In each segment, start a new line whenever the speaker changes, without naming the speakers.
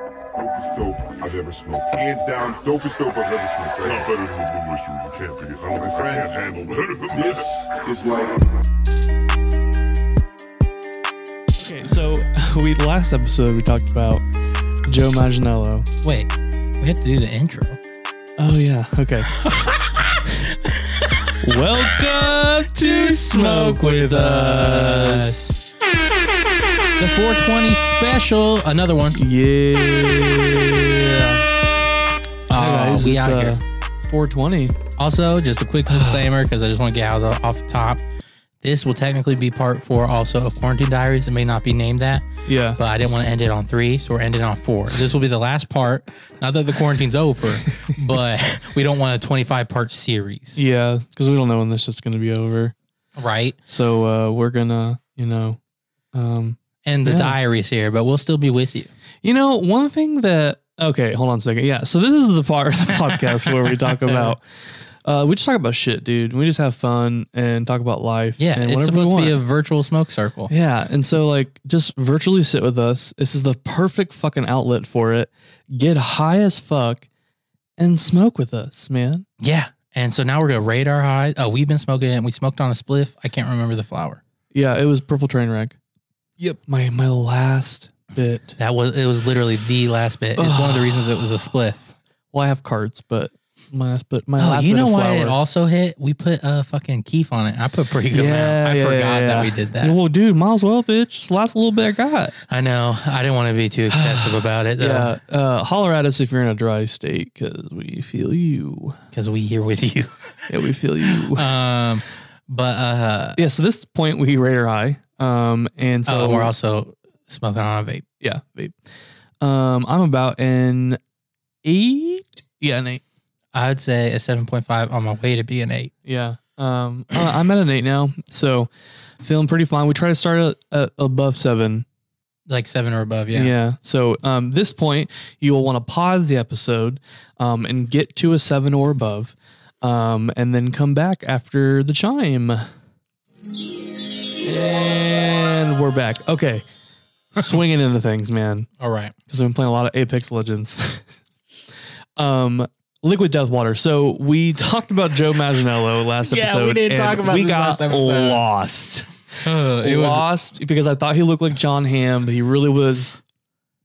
dopest dope I've ever smoked. Hands down, dopest dope I've ever smoked. It's not better than Blue Oyster. You can't be. I don't think I can handle better than this. This is like.
Okay, so we last episode we talked about Joe Manganiello.
Wait, we have to do the intro.
Oh yeah, okay. Welcome to Smoke with Us.
The 420 special, another one.
Yeah. Hi guys,
we
it's,
out
uh,
here.
420.
Also, just a quick disclaimer because I just want to get out of the, off the top. This will technically be part four, also of Quarantine Diaries. It may not be named that,
Yeah.
but I didn't want to end it on three, so we're ending on four. This will be the last part. Not that the quarantine's over, but we don't want a 25 part series,
Yeah, because we don't know when this is gonna be over.
right?
So uh, we're gonna, you know, um,
And the
Yeah.
diaries here, but we'll still be with you.
you know, one thing that okay, hold on a second. Yeah, so this is the part of the podcast where we talk about. Uh, we just talk about shit, dude. We just have fun and talk about life.
Yeah,
and
it's
whatever we
supposed to be a
want.
virtual smoke circle.
yeah, and so like just virtually sit with us. This is the perfect fucking outlet for it. Get high as fuck and smoke with us, man.
Yeah. And so now we're gonna rate our highs. Oh, we've been smoking and we smoked on a spliff. I can't remember the flower.
Yeah, it was purple train wreck. Yep. My my last bit.
That was it was literally the last bit. It's one of the reasons it was a spliff.
Well, I have cards, but my last bit. My
Oh,
last
you
bit
know
of
why
flour.
it also hit? We put a fucking keef on it. I put pretty good amount. I
yeah,
forgot
yeah.
that we did that.
Well, dude, might as well, bitch. It's the last little bit I got.
I know. I didn't want to be too excessive about it though,
Yeah. Uh, holler at us if you're in a dry state because we feel you.
because we here with you.
Yeah, we feel you.
Um, but uh,
yeah. So this point we rate her high. Um, and so
oh, we're also smoking on a vape.
yeah, babe. Um, I'm about an eight. Yeah, an eight.
I'd say a seven point five on my way to be an eight.
Yeah. Um, uh, I'm at an eight now, so feeling pretty fine. We try to start at, at above seven.
Like seven or above,
Yeah.
yeah.
So um, this point, you will want to pause the episode um, and get to a seven or above, um, and then come back after the chime. And we're back. Okay. Swinging into things, man,
All right.
because I've been playing a lot of Apex Legends. um, Liquid Death Water. So we talked about Joe Maginello last
Yeah, we
episode.
did
and
talk about
We
this
got
last episode.
lost
Uh, it was
lost because I thought he looked like John Hamm, but he really was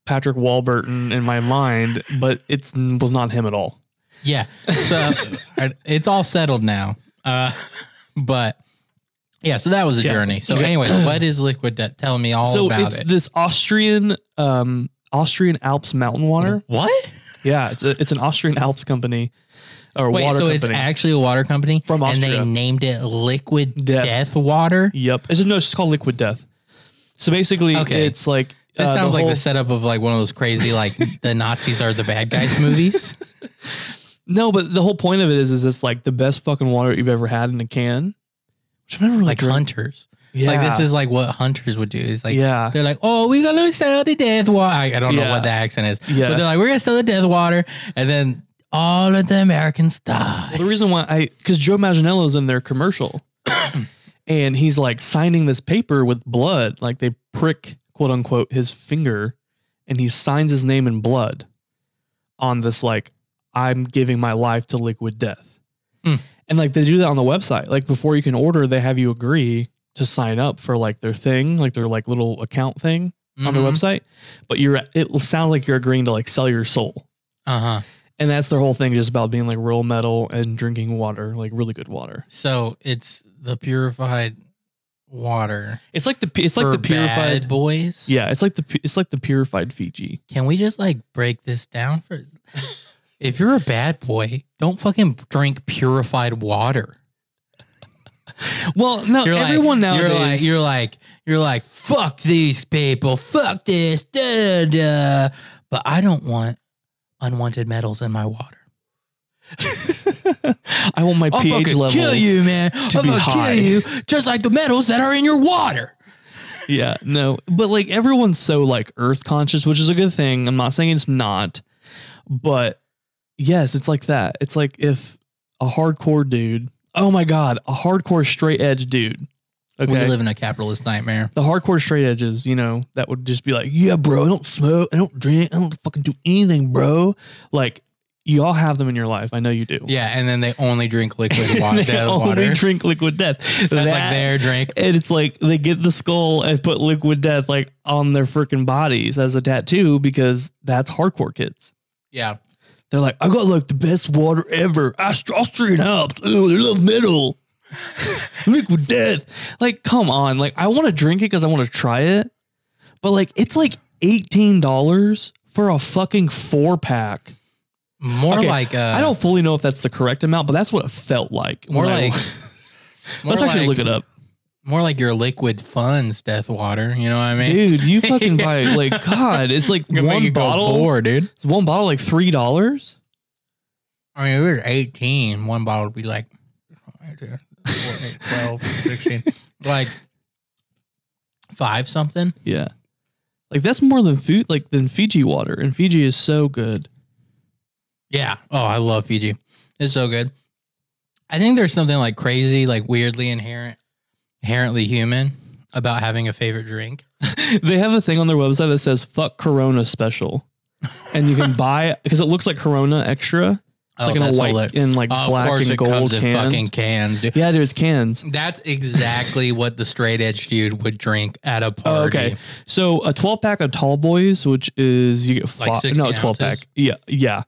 Patrick Walburton in my mind, but it was not him at all.
Yeah. So it's all settled now. Uh, but yeah, so that was a
Yeah.
journey. So
Okay.
anyway, what is liquid death? Tell me all
so
about
it's
it.
this Austrian, um, Austrian Alps mountain water.
what?
Yeah, it's a, it's an Austrian Alps company or
Wait,
water
so
company.
it's actually a water company
From
and
Austria.
they named it liquid
Death.
death, water.
yep, it's no, it's just called Liquid Death. So basically,
Okay.
it's like
That
uh,
sounds like
whole-
the setup of like one of those crazy like the Nazis are the bad guys movies.
No, but the whole point of it is, is it's like the best fucking water you've ever had in a can. Which I've never really
Like
drank.
hunters.
Yeah.
Like this is like what hunters would do. It's like
Yeah.
they're like, oh, we're gonna sell the death water. I, I don't know
Yeah.
what the accent is.
Yeah.
But they're like, we're gonna sell the death water, and then all of the Americans die.
Well, the reason why I, because Joe Manganiello's in their commercial, and he's like signing this paper with blood, like they prick quote unquote his finger, and he signs his name in blood on this like I'm giving my life to liquid death,
Hmm.
and like they do that on the website. Like before you can order, they have you agree to sign up for like their thing, like their like little account thing on
Mm-hmm.
their website. But you're it sounds like you're agreeing to like sell your soul.
Uh huh.
And that's their whole thing, just about being like real metal and drinking water, like really good water.
So it's the purified water.
It's like the pu- it's like
for
the purified.
bad boys.
Yeah, it's like the pu- it's like the purified Fiji.
Can we just like break this down for? if you're a bad boy, don't fucking drink purified water.
Well, no,
You're
everyone
like,
nowadays.
You're like, you're like, you're like, fuck these people, fuck this, da, da, da. But I don't want unwanted metals in my water.
I want my
I'll
pH
fucking
levels.
kill you, man. I'll
be
fucking
high.
kill you, just like the metals that are in your water.
Yeah, no, but like everyone's so like earth conscious, which is a good thing. I'm not saying it's not, but yes, it's like that. It's like if a hardcore dude, oh my god, a hardcore straight edge dude, Okay.
We live in a capitalist nightmare.
the hardcore straight edges, you know, that would just be like, yeah, bro, I don't smoke, I don't drink, I don't fucking do anything, bro. Like, you all have them in your life. I know you do.
Yeah, and then they only drink liquid
And
water.
they
water.
only drink liquid death. That's
That's like their drink.
And it's like they get the skull and put liquid death like on their freaking bodies as a tattoo because that's hardcore kids.
Yeah.
They're like, I got like the best water ever. I straw street up. Ooh, they love metal. liquid death. Like, come on. Like, I want to drink it because I want to try it. But like, it's like $18 for a fucking four pack.
More
Okay,
like uh,
I don't fully know if that's the correct amount, but that's what it felt like.
More
when I-
like. more
let's actually
like-
look it up.
More like your liquid funds death water. You know what I mean?
Dude, you fucking buy like God, it's like
Gonna make you
one
go
bottle.
poor, dude.
It's one bottle like three dollars.
I mean, if we were 18, one bottle would be like all right, dude, four, eight, 12, 16, like five something.
Yeah. Like that's more than food like than Fiji water. And Fiji is so good.
Yeah. Oh, I love Fiji. It's so good. I think there's something like crazy, like weirdly inherent, inherently human about having a favorite drink.
They have a thing on their website that says fuck Corona special. And you can buy because it looks like Corona extra. It's like in a
Oh, that's all
white
that-
in like
Oh,
black and gold
in
can.
fucking cans, dude.
yeah, there's cans.
That's exactly what the straight edge dude would drink at a
Oh,
party.
okay. So a 12 pack of Tall Boys, which is you get
Like
five,
60
no 12
ounces?
pack, yeah, yeah,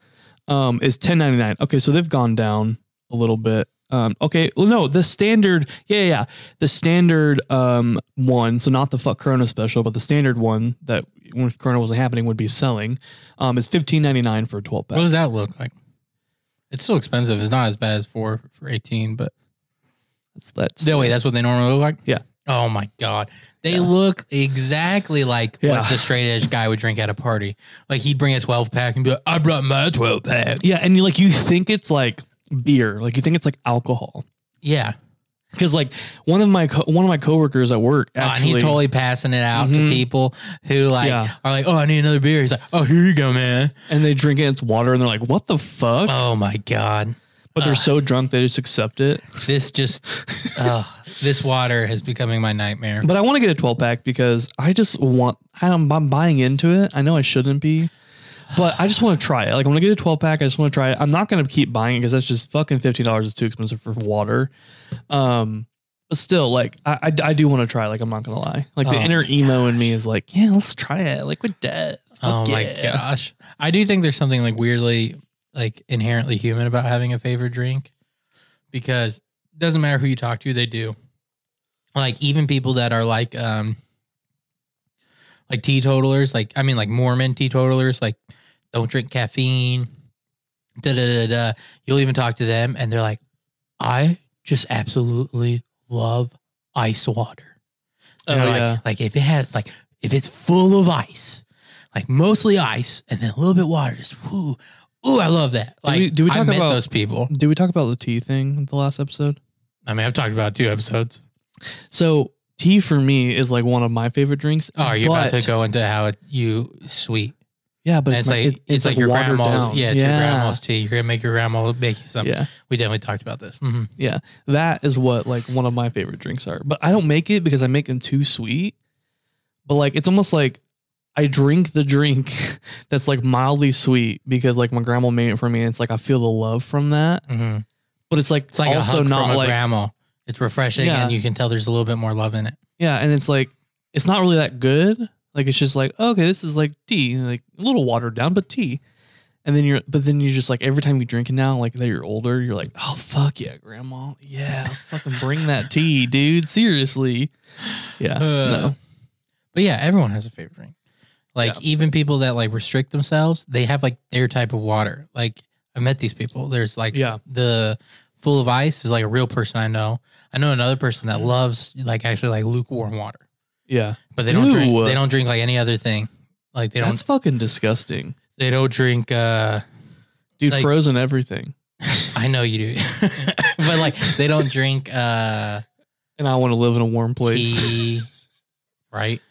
um, is 10.99. Okay, so they've gone down a little bit. Um, okay, well, no, the standard, yeah, yeah, yeah, the standard um one, so not the fuck Corona special, but the standard one that when if Corona wasn't happening would be selling, um, is 15.99 for a 12 pack.
What does that look like? It's still expensive. It's not as bad as four for 18, but
That's that's
no, wait, that's what they normally look like?
Yeah.
Oh my God. They
Yeah.
look exactly like
Yeah.
what the straight edge guy would drink at a party. Like he'd bring a 12 pack and be like, I brought my 12 pack.
yeah, and you like you think it's like beer, like you think it's like alcohol,
Yeah.
because like one of my co- one of my coworkers at work
Oh,
actually.
and he's totally passing it out
Mhm.
to people who like
Yeah.
are like, oh, I need another beer. He's like, oh, here you go, man.
and they drink it, it's water, and they're like, "What the fuck?"
Oh my God.
but they're
uh.
so drunk they just accept it.
This just, ugh, this water is becoming my nightmare.
But I want to get a twelve pack because I just want. I'm, I'm buying into it. I know I shouldn't be, but I just want to try it. Like I'm gonna get a twelve pack. I just want to try it. I'm not gonna keep buying it because that's just fucking fifteen dollars is too expensive for water. Um, but still, like I I, I do want to try. it, Like I'm not gonna lie. Like the
Oh
inner emo in me is like, yeah, let's try it. Like with death.
Oh
Fuck
my
yeah.
gosh. I do think there's something like weirdly like inherently human about having a favorite drink because it doesn't matter who you talk to, they do. Like even people that are like um like teetotalers, like I mean like Mormon teetotalers, like don't drink caffeine. Da da da da. You'll even talk to them and they're like, I just absolutely love ice water. You
Oh,
know, like,
yeah.
like if it had like if it's full of ice, like mostly ice and then a little bit water, just ooh, ooh, I love that. Like
we- do we
I
talk
met
about-
those people?
Did we talk about the tea thing in the last episode?
I mean, I've talked about two episodes.
So tea for me is like one of my favorite drinks.
Oh, you're about
but-
to go into how it, you sweet.
Yeah, but
And
it's,
it's,
my-
like
it-
it's, like, your
watered
grandma's.
down.
Yeah, it's your grandma's tea. You're gonna make your grandma make you something.
Yeah,
We definitely talked about this. Mhm.
that is what like one of my favorite drinks are. But I don't make it because I make them too sweet. But like it's almost like I drink the drink that's like mildly sweet because like my grandma made it for me and it's like I feel the love from that.
Mhm.
But it's like,
It's like
also
a hug
not
from
like
a grandma. It's refreshing,
Yeah.
and you can tell there's a little bit more love in it.
yeah, and it's like it's not really that good. Like it's just like okay, this is like tea, like a little watered down, but tea. And then you're, but then you're just like every time you drink it now, like that you're older, you're like, oh fuck yeah, grandma, yeah, fucking bring that tea, dude. Seriously, yeah, no,
Uh, But yeah, everyone has a favorite drink. Like
Yeah.
even people that like restrict themselves, they have like their type of water. Like I met these people. There's like
Yeah.
the full of ice is like a real person I know. I know another person that loves like actually like lukewarm water,
yeah,
but they don't
Ew.
drink. They don't drink like any other thing. Like they
that's
don't.
fucking disgusting,
They don't drink. uh
dude.
Like-
frozen everything,
I know you do, but like they don't drink. uh
and I want to live in a warm place.
tea, right?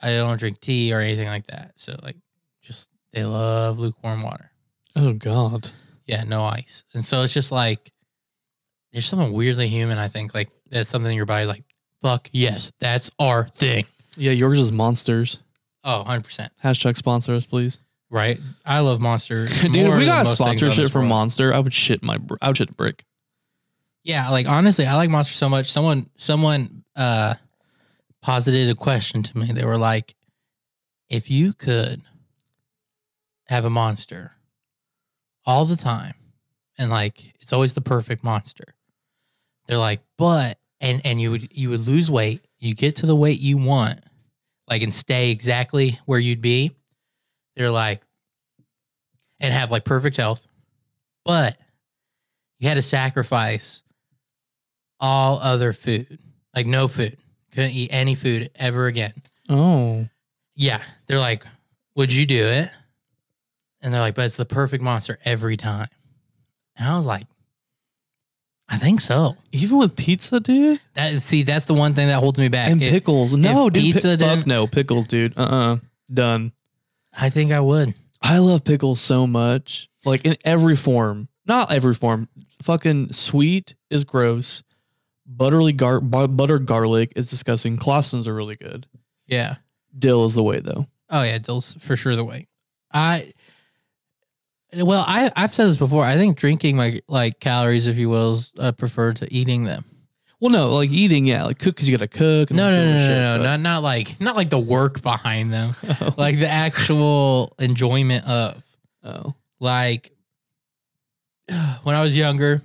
I don't drink tea or anything like that. So like, just they love lukewarm water.
oh god,
Yeah, no ice. And so it's just like there's something weirdly human. I think like that's something your body like fuck yes, that's our thing.
Yeah, yours is monsters.
Oh, 100%.
Hashtag sponsor us, please.
Right? I love Monster.
Dude,
more
if we
than
got a
most things on
sponsorship
this
from
world.
Monster, I would shit my br- I would shit a brick.
Yeah, like honestly, I like Monster so much. Someone someone uh posited a question to me. They were like, if you could have a monster all the time and like it's always the perfect monster. They're like, but and and you would you would lose weight, you get to the weight you want, like and stay exactly where you'd be. They're like and have like perfect health, but you had to sacrifice all other food, like no food, couldn't eat any food ever again.
Oh.
Yeah, they're like, would you do it? And they're like, but it's the perfect monster every time. And I was like, I think so.
Even with pizza, dude?
That see, that's the one thing that holds me back.
And
It-
pickles. No, dude. pi- fuck
pizza didn't-
no, pickles, dude. Uh-uh. Done.
I think I would.
I love pickles so much. Like in every form. Not every form. Fucking sweet is gross. Butterly gar- bu- buttered garlic is disgusting. Clausens are really good.
Yeah.
Dill is the way though.
Oh yeah, Dill's for sure the way. I well, I I've said this before. I think drinking like like calories, if you will, is uh, preferred to eating them.
Well, no, like eating, yeah, like cook because you gotta cook.
No,
like do
no, no,
other
no,
shit,
no,
but-
not not like not like the work behind them,
Oh.
like the actual enjoyment of.
Oh.
Like when I was younger,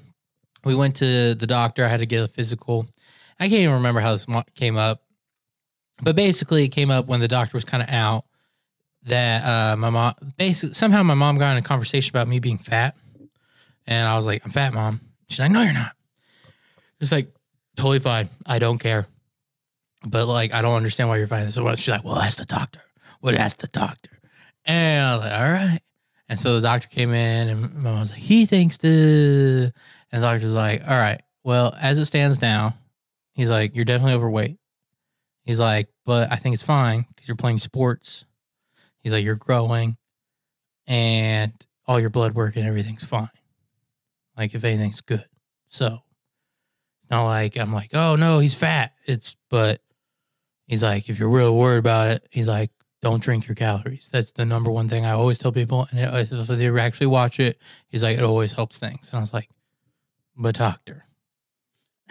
we went to the doctor. I had to get a physical. I can't even remember how this mo- came up, but basically, it came up when the doctor was kind of out that uh, my mom basically somehow my mom got in a conversation about me being fat, and I was like, "I'm fat, mom." She's like, "No, you're not." It's like totally fine. I don't care. But like, I don't understand why you're fighting this. Well, she's like, well, that's the doctor. Well, that's the doctor. And I was like, all right. And so the doctor came in and my mom was like, he thinks the, and the doctor's like, all right, well, as it stands now, he's like, you're definitely overweight. He's like, but I think it's fine because you're playing sports. He's like, you're growing and all your blood work and everything's fine. Like, if anything's good. So it's not like I'm like, oh no, he's fat. It's but he's like, if you're real worried about it, he's like, don't drink your calories. That's the number one thing I always tell people. And it, if they actually watch it, he's like, it always helps things. And I was like, but doctor,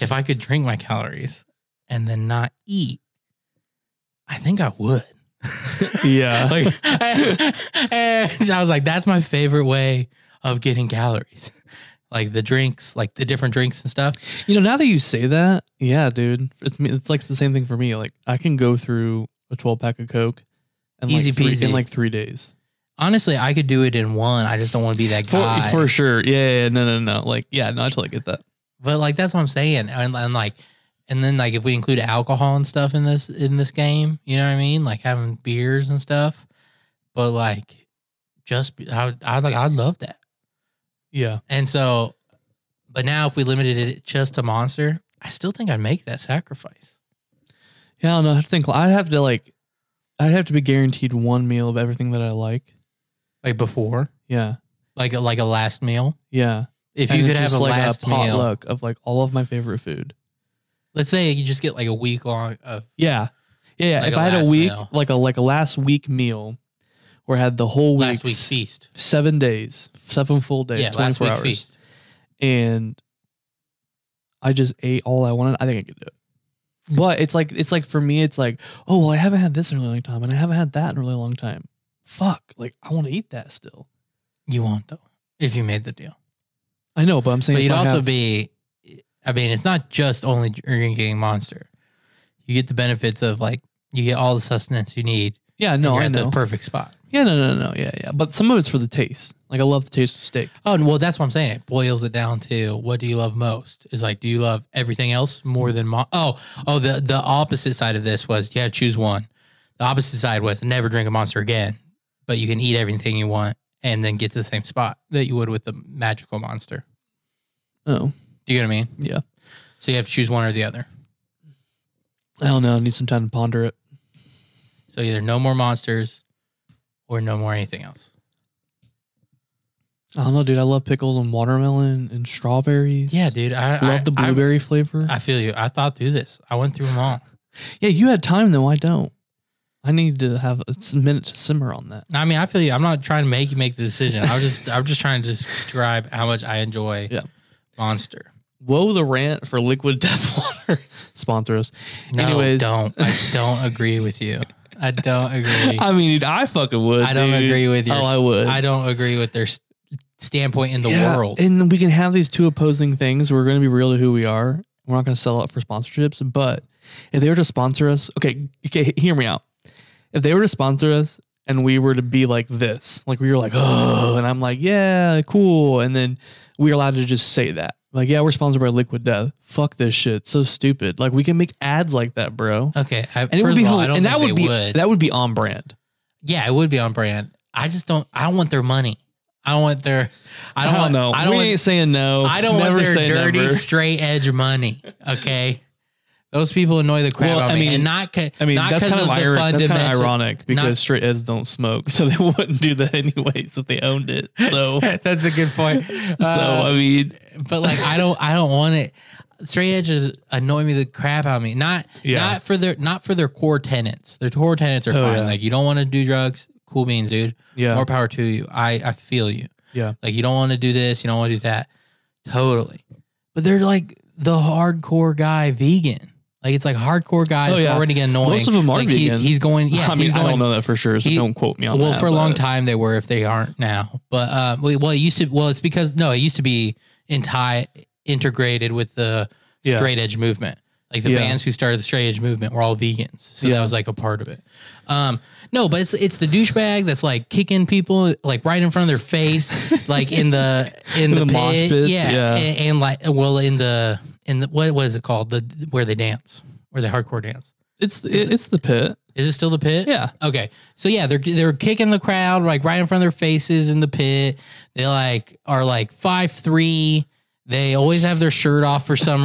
if I could drink my calories and then not eat, I think I would.
Oh. Yeah.
like, and I was like, that's my favorite way of getting calories. Like the drinks, like the different drinks and stuff.
You know, now that you say that, yeah, dude, it's me. It's like the same thing for me. Like I can go through a twelve pack of Coke, and
Easy
like three,
peasy.
in like three days.
Honestly, I could do it in one. I just don't want to be that
For,
guy.
for sure. Yeah, yeah, yeah, no, no, no. Like, yeah, no, I totally get that.
But like that's what I'm saying. And, and like and then like if we include alcohol and stuff in this in this game, you know what I mean? Like having beers and stuff. But like just be- I would- I would like I'd love that.
Yeah.
And so but now if we limited it just to monster, I still think I'd make that sacrifice.
Yeah, I don't know. I have to think. I'd have to like, I'd have to be guaranteed one meal of everything that I like.
Like before.
Yeah,
Like a like a last meal.
yeah.
If you
And
could
it's
have a
just, like
last meal.
potluck of like all of my favorite food.
Let's say you just get like a week long uh, of
Yeah, yeah. yeah.
Like
if
a
I had a
last
week,
meal.
like a like a last week meal, where I had the whole week,
last week's feast.
seven days, seven full days,
Yeah,
twenty
last
four
week's
hours.
feast.
and I just ate all I wanted. I think I could do it. But it's like it's like for me, it's like, oh well, I haven't had this in a really long time, and I haven't had that in a really long time. Fuck, like I want to eat that still.
You won't though. If you made the deal.
I know, but I'm saying,
But
if
you'd
I
also
have-
be, I mean, it's not just only drinking Monster. You get the benefits of like you get all the sustenance you need.
yeah,
and
no,
you're
I
at
know,
the perfect spot.
yeah, no, no, no, yeah, yeah. But some of it's for the taste. Like I love the taste of steak.
Oh, and well, that's what I'm saying. It boils it down to what do you love most? Is like, do you love everything else more than Mon? Oh, oh, the the opposite side of this was yeah, choose one. The opposite side was never drink a Monster again, but you can eat everything you want and then get to the same spot that you would with the magical monster.
Oh,
Do you get what I mean?
Yeah.
So you have to choose one or the other.
I don't know. I need some time to ponder it.
So either no more monsters or no more anything else.
I don't know, dude. I love pickles and watermelon and strawberries.
Yeah, dude. I
Love the
I- I-
blueberry flavor.
I, feel you. I thought through this. I went through them all.
yeah, you had time though. I don't. I need to have a s- minute to simmer on that.
I mean, I feel you. I'm not trying to make you make the decision. I was just, I'm just trying to describe how much I enjoy
Yeah.
Monster.
Whoa, the rant for liquid death water. Sponsor us.
No,
Anyways.
don't. I don't agree with you. I don't agree.
I mean, I fucking would.
I don't
dude.
agree with your.
Oh, I would.
I don't agree with their s- standpoint in the
Yeah,
world.
And we can have these two opposing things. We're going to be real to who we are. We're not going to sell out for sponsorships, but if they were to sponsor us, okay, okay, hear me out. If they were to sponsor us and we were to be like this, like we were like, oh, and I'm like, yeah, cool. And then we're allowed to just say that. Like, yeah, we're sponsored by Liquid Death. Fuck this shit. So stupid. Like, we can make ads like that, bro.
okay, I,
And it would
first
be,
of all,
hel-
I don't
and
think
that would
they
be
would.
that would be on brand.
yeah, it would be on brand. I just don't. I don't want their money. I don't want their. I
I
don't,
don't,
want,
know.
I don't
we
want
ain't saying no.
I don't
Never
want their
say
dirty,
never.
straight edge money. Okay, those people annoy the crap
Well,
out of
I
me,
mean-
and not. Ca-
I mean,
not
that's
'cause
kind of,
the fun
ironic. That's kind of
dimension-
ironic because
not-
straight eds don't smoke, so they wouldn't do that anyways if they owned it. So, so
that's a good point.
I
Uh,
mean,
but like, I don't, I don't want it. Straight edges annoy me the crap out of me. Not,
Yeah.
not for their, not for their core tenants. Their core tenants are
Oh,
fine.
yeah.
Like, you don't want to do drugs. Cool beans, dude.
yeah,
More power to you. I, I feel you.
yeah,
Like you don't want to do this, you don't want to do that. Totally. But they're like the hardcore guy vegan. Like it's like hardcore guy
Oh,
that's
yeah.
already getting annoying.
Most of them are
like he-
vegan.
he's going yeah,
I mean,
he's going,
I don't know that for sure, so
he-
don't quote me on
well,
that.
for a long
but-
time they were if they aren't now. But uh well well, it used to well it's because no, it used to be in tie integrated with the
Yeah.
straight edge movement. Like the
Yeah.
bands who started the straight edge movement were all vegans. So that
Yeah.
was like a part of it. Um no, but it's it's the douchebag that's like kicking people like right in front of their face, like in the in, the,
the mosh
pit.
pits,
yeah.
yeah.
And, and like well in the in the what was it called? The where they dance. Where they hardcore dance.
it's it, it's the pit.
Is it still the pit?
Yeah,
Okay. So yeah, they're they're kicking the crowd like right in front of their faces in the pit. They like are like five three. They always have their shirt off for some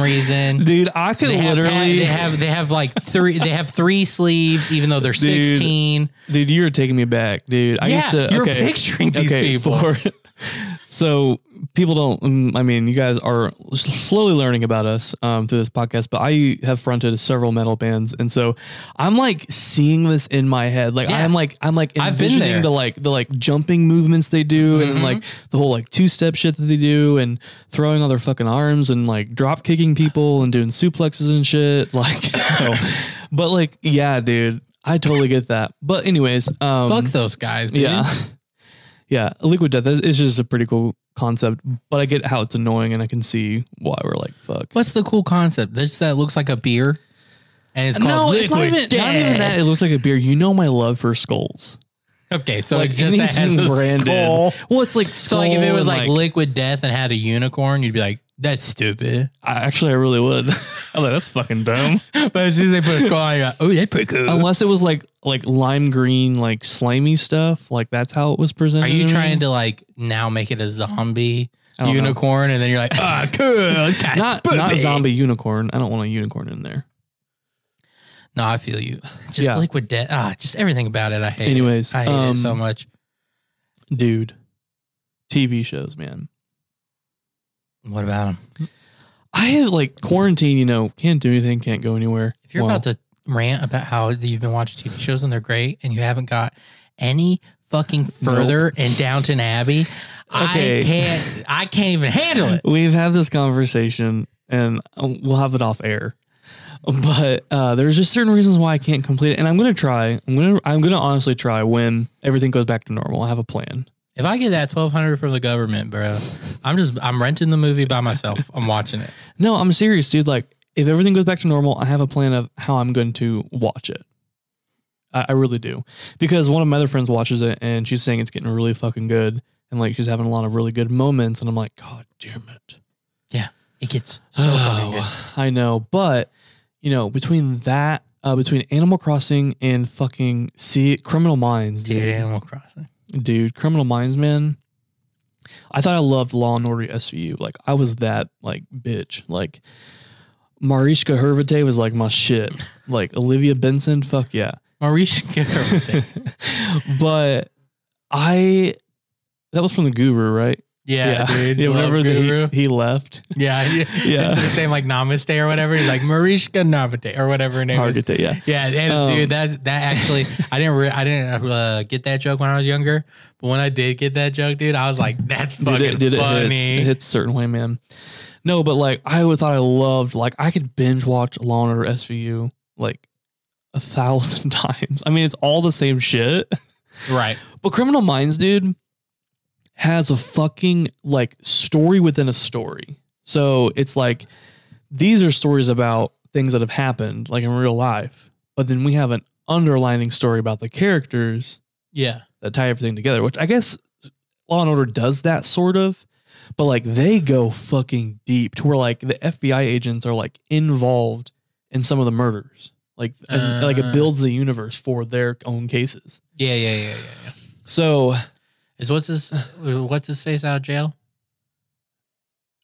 reason.
dude, I could
They have, ta-
literally.
they have they have like three they have three sleeves even though they're
Dude,
sixteen.
dude, you're taking me back, dude. I
yeah,
used to.
you're
okay.
picturing these people.
for- so people don't. mm, I mean, you guys are slowly learning about us um, through this podcast, but I have fronted several metal bands, and so I'm like seeing this in my head. Like
Yeah.
I'm like I'm like
I've been
envisioning
there.
the like the like jumping movements they do, and
Mm-hmm.
like the whole like two step shit that they do, and throwing all their fucking arms, and like drop kicking people, and doing suplexes and shit. Like, but like yeah, dude. I totally get that. But anyways, um,
Fuck those guys, dude.
yeah. Yeah. Liquid death is, is just a pretty cool concept, but I get how it's annoying and I can see why we're like, fuck.
What's the cool concept? This that looks like a beer, and it's called liquid
not even that.
Death.
It looks like a beer. You know my love for skulls.
Okay, so it just that has
anything Oh
a skull.
Well, it's like
So like if it
skull
was
and,
like, liquid death and had a unicorn, you'd be like, that's stupid.
I, actually, I really would. I'm like, that's fucking dumb.
But as soon as they put a skull on, you're like, oh, that's pretty cool.
Unless it was like like lime green, like slimy stuff. Like that's how it was presented.
Are you trying to like now make it a zombie
I don't know.
unicorn? And then you're like, ah, cool. that's
not not a
spooky."
zombie unicorn? I don't want a unicorn in there.
No, I feel you. Just
Yeah.
liquid death. Ah, just everything about it. I hate
Anyways,
it. I hate
um,
it so much.
dude. TV shows, man.
What about him?
I have like quarantine, you know, can't do anything, can't go anywhere.
If you're
Well,
about to rant about how you've been watching TV shows and they're great and you haven't got any fucking further in Downton Abbey, I
Okay.
can't I can't even handle it.
we've had this conversation and uh, we'll have it off air. But uh, there's just certain reasons why I can't complete it, and I'm gonna try. I'm gonna I'm gonna honestly try when everything goes back to normal. I have a plan.
If I get that twelve hundred from the government, bro, I'm just I'm renting the movie by myself. I'm watching it.
No, I'm serious, dude. Like if everything goes back to normal, I have a plan of how I'm going to watch it. I, I really do because one of my other friends watches it and she's saying it's getting really fucking good, and like she's having a lot of really good moments, and I'm like, God damn it.
It gets so fucking good.
Oh, I know, but you know, between that, uh, between Animal Crossing and fucking see Criminal Minds,
Dude,
dude,
Animal Crossing.
dude, Criminal Minds, man. I thought I loved Law and Order SVU. Like I was that like bitch. Like Mariska Hervite was like my shit. Like Olivia Benson, fuck yeah.
Maurice Garrett.
but I, that was from the Guru, right?
Yeah, dude.
yeah
Love
whenever the,
Guru.
he, he left,
yeah, yeah.
Yeah.
It's the same like Namaste or whatever. He's like Mariska Namaste or whatever her name is.
Hargate, yeah.
Yeah, and
Um,
dude, that that actually, I didn't re- I didn't uh, get that joke when I was younger, but when I did get that joke, dude, I was like, that's
Did
fucking
it, did it,
funny.
hits, it hits a certain way, man. No, but like I always thought I loved like I could binge watch Law and Order SVU like a thousand times. I mean, it's all the same shit.
Right,
But Criminal Minds, dude, has a fucking like story within a story. So it's like these are stories about things that have happened like in real life, but then we have an underlining story about the characters
yeah,
that tie everything together, which I guess Law and Order does that sort of, but like they go fucking deep to where like the FBI agents are like involved in some of the murders. Like and, like it
Uh.
builds the universe for their own cases.
yeah, yeah, yeah, yeah. yeah.
So
Is what's his what's his face out of jail?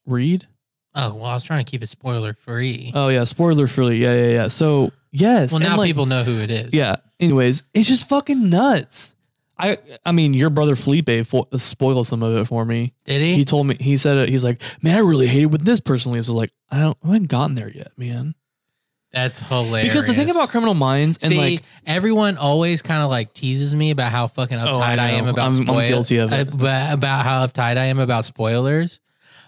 Reed,
Oh well, I was trying to keep it spoiler free.
Oh yeah, spoiler free. Yeah, yeah, yeah. So yes,
well,
and,
now
like,
people know who it is.
Yeah. Anyways, it's just fucking nuts. I I mean, your brother Felipe fo- spoiled some of it for me.
did he?
He told me he said it. He's like, man, I really hated with this personally. So like, I don't, I haven't gotten there yet, man.
That's hilarious.
Because the thing about Criminal Minds and
See,
like,
everyone always kind of like teases me about how fucking uptight
Oh, I
I,
know.
am about
I'm- I'm
spoil-
guilty of it.
uh, ba- about how uptight I am about spoilers.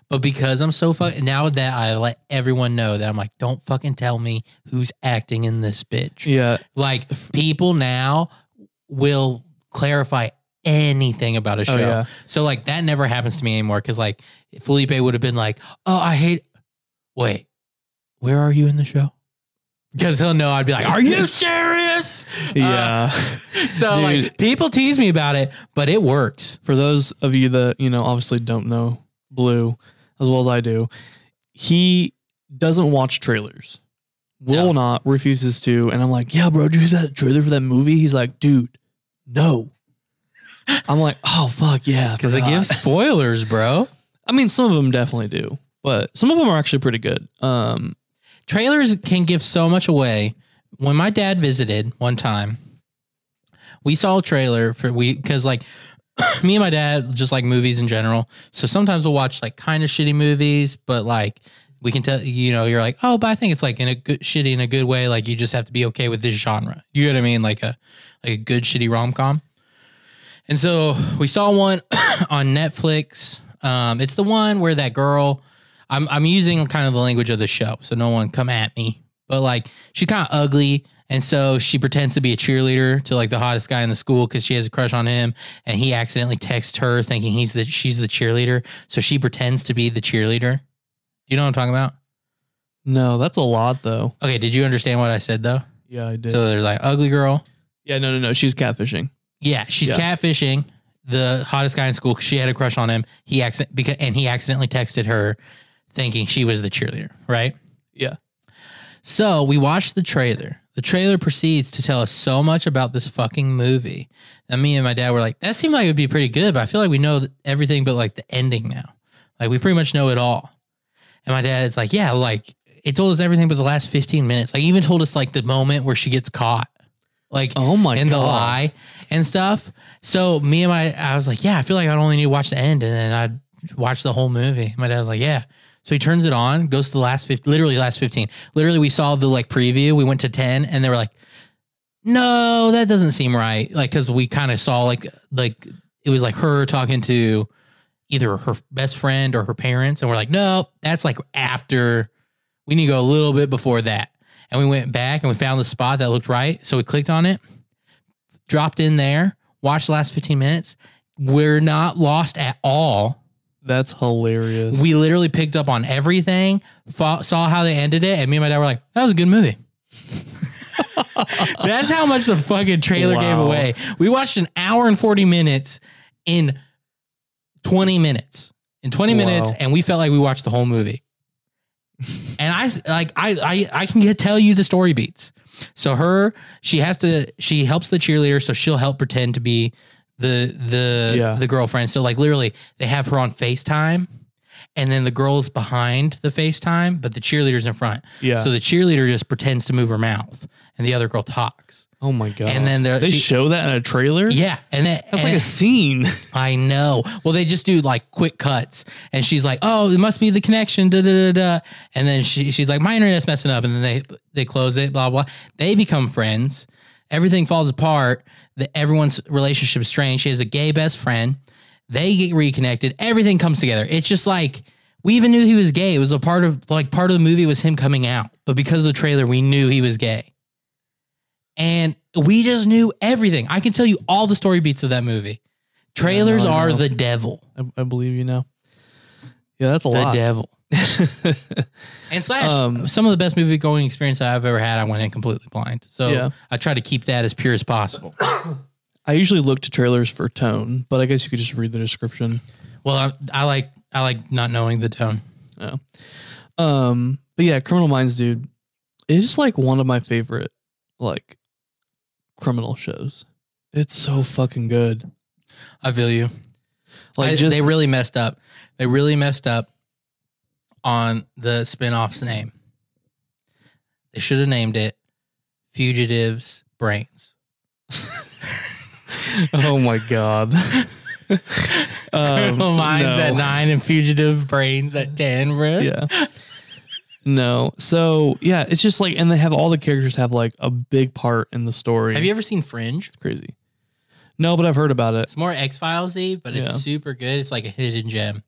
But because I'm so fucking now that I let everyone know that I'm like, don't fucking tell me who's acting in this bitch.
yeah,
Like people now will clarify anything about a show.
oh yeah,
So like that never happens to me anymore because like Felipe would have been like, "Oh, I hate." Wait, where are you in the show? Because he'll know. I'd be like, "Are you serious?"
yeah.
So
Dude.
like people tease me about it, but it works.
for those of you that you know obviously don't know Blue as well as I do, he doesn't watch trailers. Will
No.
not refuses to, and I'm like, yeah, bro, did you see that trailer for that movie? He's like, dude, no. I'm like, oh fuck yeah, I
Because it
forgot."
gives spoilers, bro.
I mean, some of them definitely do, but some of them are actually pretty good. Um,
Trailers can give so much away. When my dad visited one time, we saw a trailer for we because like me and my dad just like movies in general. So sometimes we'll watch like kind of shitty movies, but like we can tell you know you're like oh, but I think it's like in a good shitty in a good way. Like you just have to be okay with this genre. You know what I mean? Like a like a good shitty rom com. And so we saw one on Netflix. Um, it's the one where that girl. I'm I'm using kind of the language of the show, so no one come at me. But like she's kind of ugly, and so she pretends to be a cheerleader to like the hottest guy in the school because she has a crush on him, and he accidentally texts her thinking he's the she's the cheerleader, so she pretends to be the cheerleader. You know what I'm talking about?
no, that's a lot though.
Okay, did you understand what I said though?
Yeah, I did.
So they're like ugly girl.
yeah, no, no, no, she's catfishing.
Yeah, she's
Yeah.
catfishing the hottest guy in school. 'cause She had a crush on him. He accident because and he accidentally texted her, thinking she was the cheerleader. Right.
Yeah.
So we watched the trailer. The trailer proceeds to tell us so much about this fucking movie. And me and my dad were like, that seemed like it would be pretty good, but I feel like we know th- everything but like the ending now. Like we pretty much know it all. And my dad is like, yeah, like it told us everything but the last 15 minutes. Like even told us like the moment where she gets caught. Like
Oh my
and
god,
the lie and stuff. So me and my, I was like, yeah, I feel like I'd only need to watch the end, and then I'd watch the whole movie. My dad was like, yeah. So he turns it on, goes to the last 15, literally last 15. Literally, we saw the like preview. We went to 10 and they were like, no, that doesn't seem right. Like, cause we kind of saw like, like it was like her talking to either her best friend or her parents. And we're like, no, that's like after we need to go a little bit before that. And we went back and we found the spot that looked right. So we clicked on it dropped in there, watched the last 15 minutes. We're not lost at all.
that's hilarious.
We literally picked up on everything, fo- saw how they ended it, and me and my dad were like, that was a good movie. That's how much the fucking trailer gave
Wow.
away. We watched an hour and 40 minutes in 20 minutes. In 20 minutes,
Wow.
and we felt like we watched the whole movie. and I like I I I can get- tell you the story beats. So her, she has to she helps the cheerleader, so she'll help pretend to be the the
Yeah.
the girlfriend. So like literally they have her on FaceTime and then the girl's behind the FaceTime, but the cheerleader's in front.
Yeah.
So the cheerleader just pretends to move her mouth, and the other girl talks.
oh my god.
And then there-
they
she-
show that in a trailer.
Yeah, and then
That's like
and-
a scene.
I know. Well, they just do like quick cuts, and she's like, "Oh, it must be the connection." Da da da da. And then she she's like, "My internet's messing up," and then they they close it. Blah blah. They become friends. Everything falls apart. The, everyone's relationship is strained. She has a gay best friend. They get reconnected. Everything comes together. It's just like we even knew he was gay. It was a part of like part of the movie was him coming out, but because of the trailer, we knew he was gay. And we just knew everything. I can tell you all the story beats of that movie. Trailers
I
are
know.
the devil.
I, I believe you now. Yeah, that's a
the
lot.
devil. And slash
Um,
some of the best movie going experience I've ever had. I went in completely blind, so
Yeah.
I try to keep that as pure as possible.
I usually look to trailers for tone, but I guess you could just read the description.
well, I, I like I like not knowing the tone.
Um, but yeah, Criminal Minds, dude, it's just like one of my favorite like criminal shows. It's so fucking good.
I feel you.
Like
I-
just
they really messed up. They really messed up on the spinoff's name. They should have named it Fugitives Brains.
oh my god. um,
Criminal Minds
no.
at nine and Fugitive Brains at ten, bro.
Yeah. No. So yeah, it's just like, and they have all the characters have like a big part in the story.
Have you ever seen Fringe?
It's crazy. No, but I've heard about it.
It's more X Filesy, but it's
Yeah.
super good. It's like a hidden gem.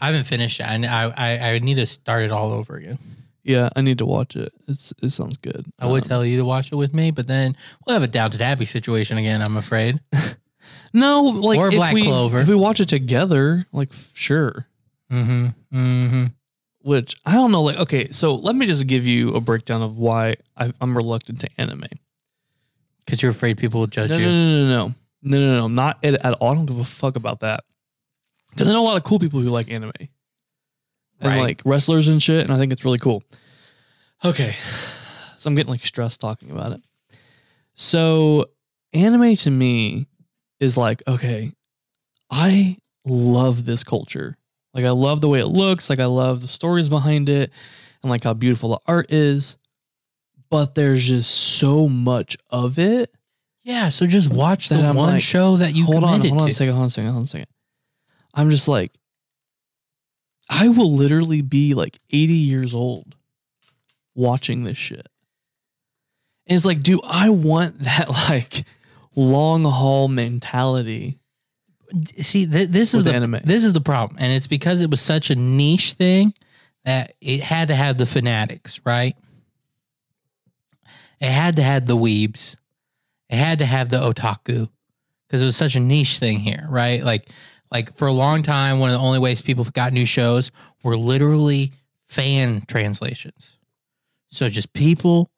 I haven't finished it. I, I I- I need to start it all over again.
Yeah, I need to watch it. It's it sounds good.
I would
Um,
tell you to watch it with me, but then we'll have a Downton Abbey situation again. I'm afraid.
No, like
Or
if
Black
we-
Clover.
If we watch it together, like f- sure.
Mm-hmm. Mm-hmm.
Which I don't know. Like okay, so let me just give you a breakdown of why I, I'm reluctant to anime.
Because you're afraid people will judge
No,
you.
no, no, no, no, no, no, no, not it at all. I don't give a fuck about that. Because I know a lot of cool people who like anime, and
Right.
like wrestlers and shit, and I think it's really cool. Okay, so I'm getting like stressed talking about it. So anime to me is like okay, I love this culture. Like I love the way it looks. Like I love the stories behind it, and like how beautiful the art is. But there's just so much of it
Yeah. So just watch that
That I'm
one
like,
show that you
hold on,
committed
hold on
to.
a second, hold on a second, hold on a second. I'm just like, I will literally be like 80 years old watching this shit. And it's like, do I want that like long haul mentality?
See, th- this is
With
the
anime.
this is the problem, and it's because it was such a niche thing that it had to have the fanatics, right? It had to have the weebs, it had to have the otaku, because it was such a niche thing here, right? Like, like for a long time, one of the only ways people got new shows were literally fan translations. So just people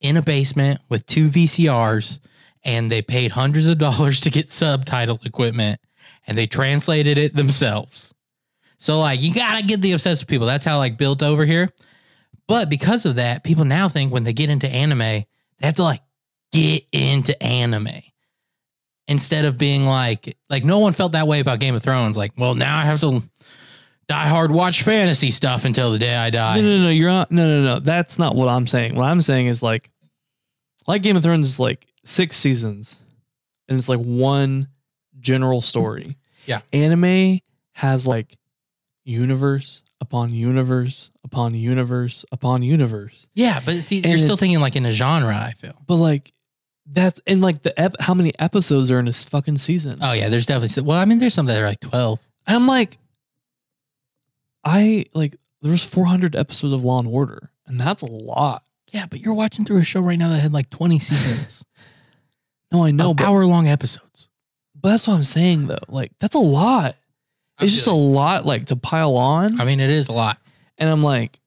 in a basement with two VCRs, and they paid hundreds of dollars to get subtitle equipment and they translated it themselves. So like you gotta get the obsessed with people. That's how like built over here. But because of that, people now think when they get into anime, they have to like get into anime instead of being like like no one felt that way about Game of Thrones. Like, well, now I have to die hard watch fantasy stuff until the day I die.
No, no, no, you're on. No, no, no. That's not what I'm saying. What I'm saying is like, like Game of Thrones is like six seasons and it's like one general story.
Yeah.
Anime has like universe upon universe upon universe upon universe.
Yeah, but see,
And
you're still
it's-
thinking like in a genre. I feel.
But like, that's and like the ep- how many episodes are in this fucking season?
Oh yeah, there's definitely. Well, I mean, there's some that are like twelve.
I'm like, I like, there's 400 episodes of Law and Order, and that's a lot.
Yeah, but you're watching through a show right now that had like 20 seasons,
No, I know,
no
but
hour long episodes.
But that's what I'm saying though. Like that's a lot. It's just a lot like to pile on.
I mean, it is a lot.
and I'm like,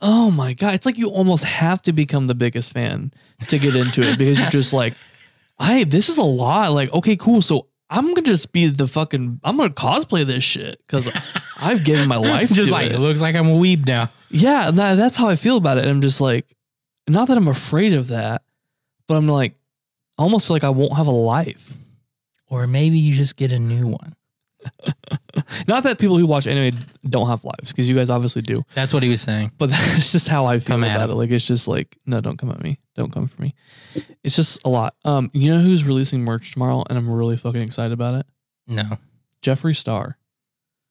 oh my God. It's like you almost have to become the biggest fan to get into it because you're just like, I this is a lot. Like, okay, cool. So I'm gonna just be the fucking I'm gonna cosplay this shit because I've given my life
just
to
like
it.
looks like I'm a weeb now.
Yeah, and that, that's how I feel about it. And I'm just like, not that I'm afraid of that, but I'm like, I almost feel like I won't have a life.
Or maybe you just get a new one.
Not that people who watch anime don't have lives, because you guys obviously do.
That's what he was saying.
But that's just how I feel
Come at
about it. Like it's just like, no, don't come at me. Don't come for me. It's just a lot. Um, you know who's releasing merch tomorrow, and I'm really fucking excited about it.
No.
Jeffree Star.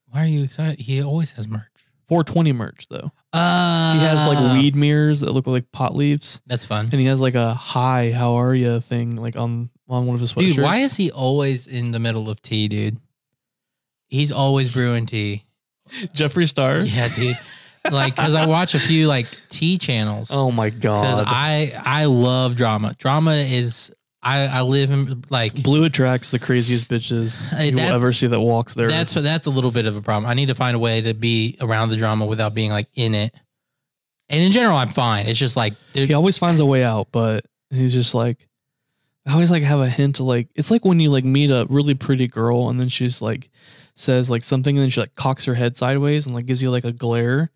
Why are you excited? He always has merch.
420 merch though.
Uh,
He has like weed mirrors that look like pot leaves,
That's fun.
and he has like a "Hi, how are you" thing like on on one of his sweatshirts.
Dude, why is he always in the middle of tea, dude? He's always brewing tea.
Jeffree Star?
Yeah, dude. like, because I watch a few like tea channels.
Oh my
Because
god!
I I love drama. Drama is I I live in like
Blue attracts the craziest bitches
Hey,
you
that-
will ever see that walks there.
that's that's a little bit of a problem. I need to find a way to be around the drama without being like in it. And in general, I'm fine. It's just like dude,
he always finds a way out, but he's just like I always like have a hint of like it's like when you like meet a really pretty girl and then she's like says like something and then she like cocks her head sideways and like gives you like a glare.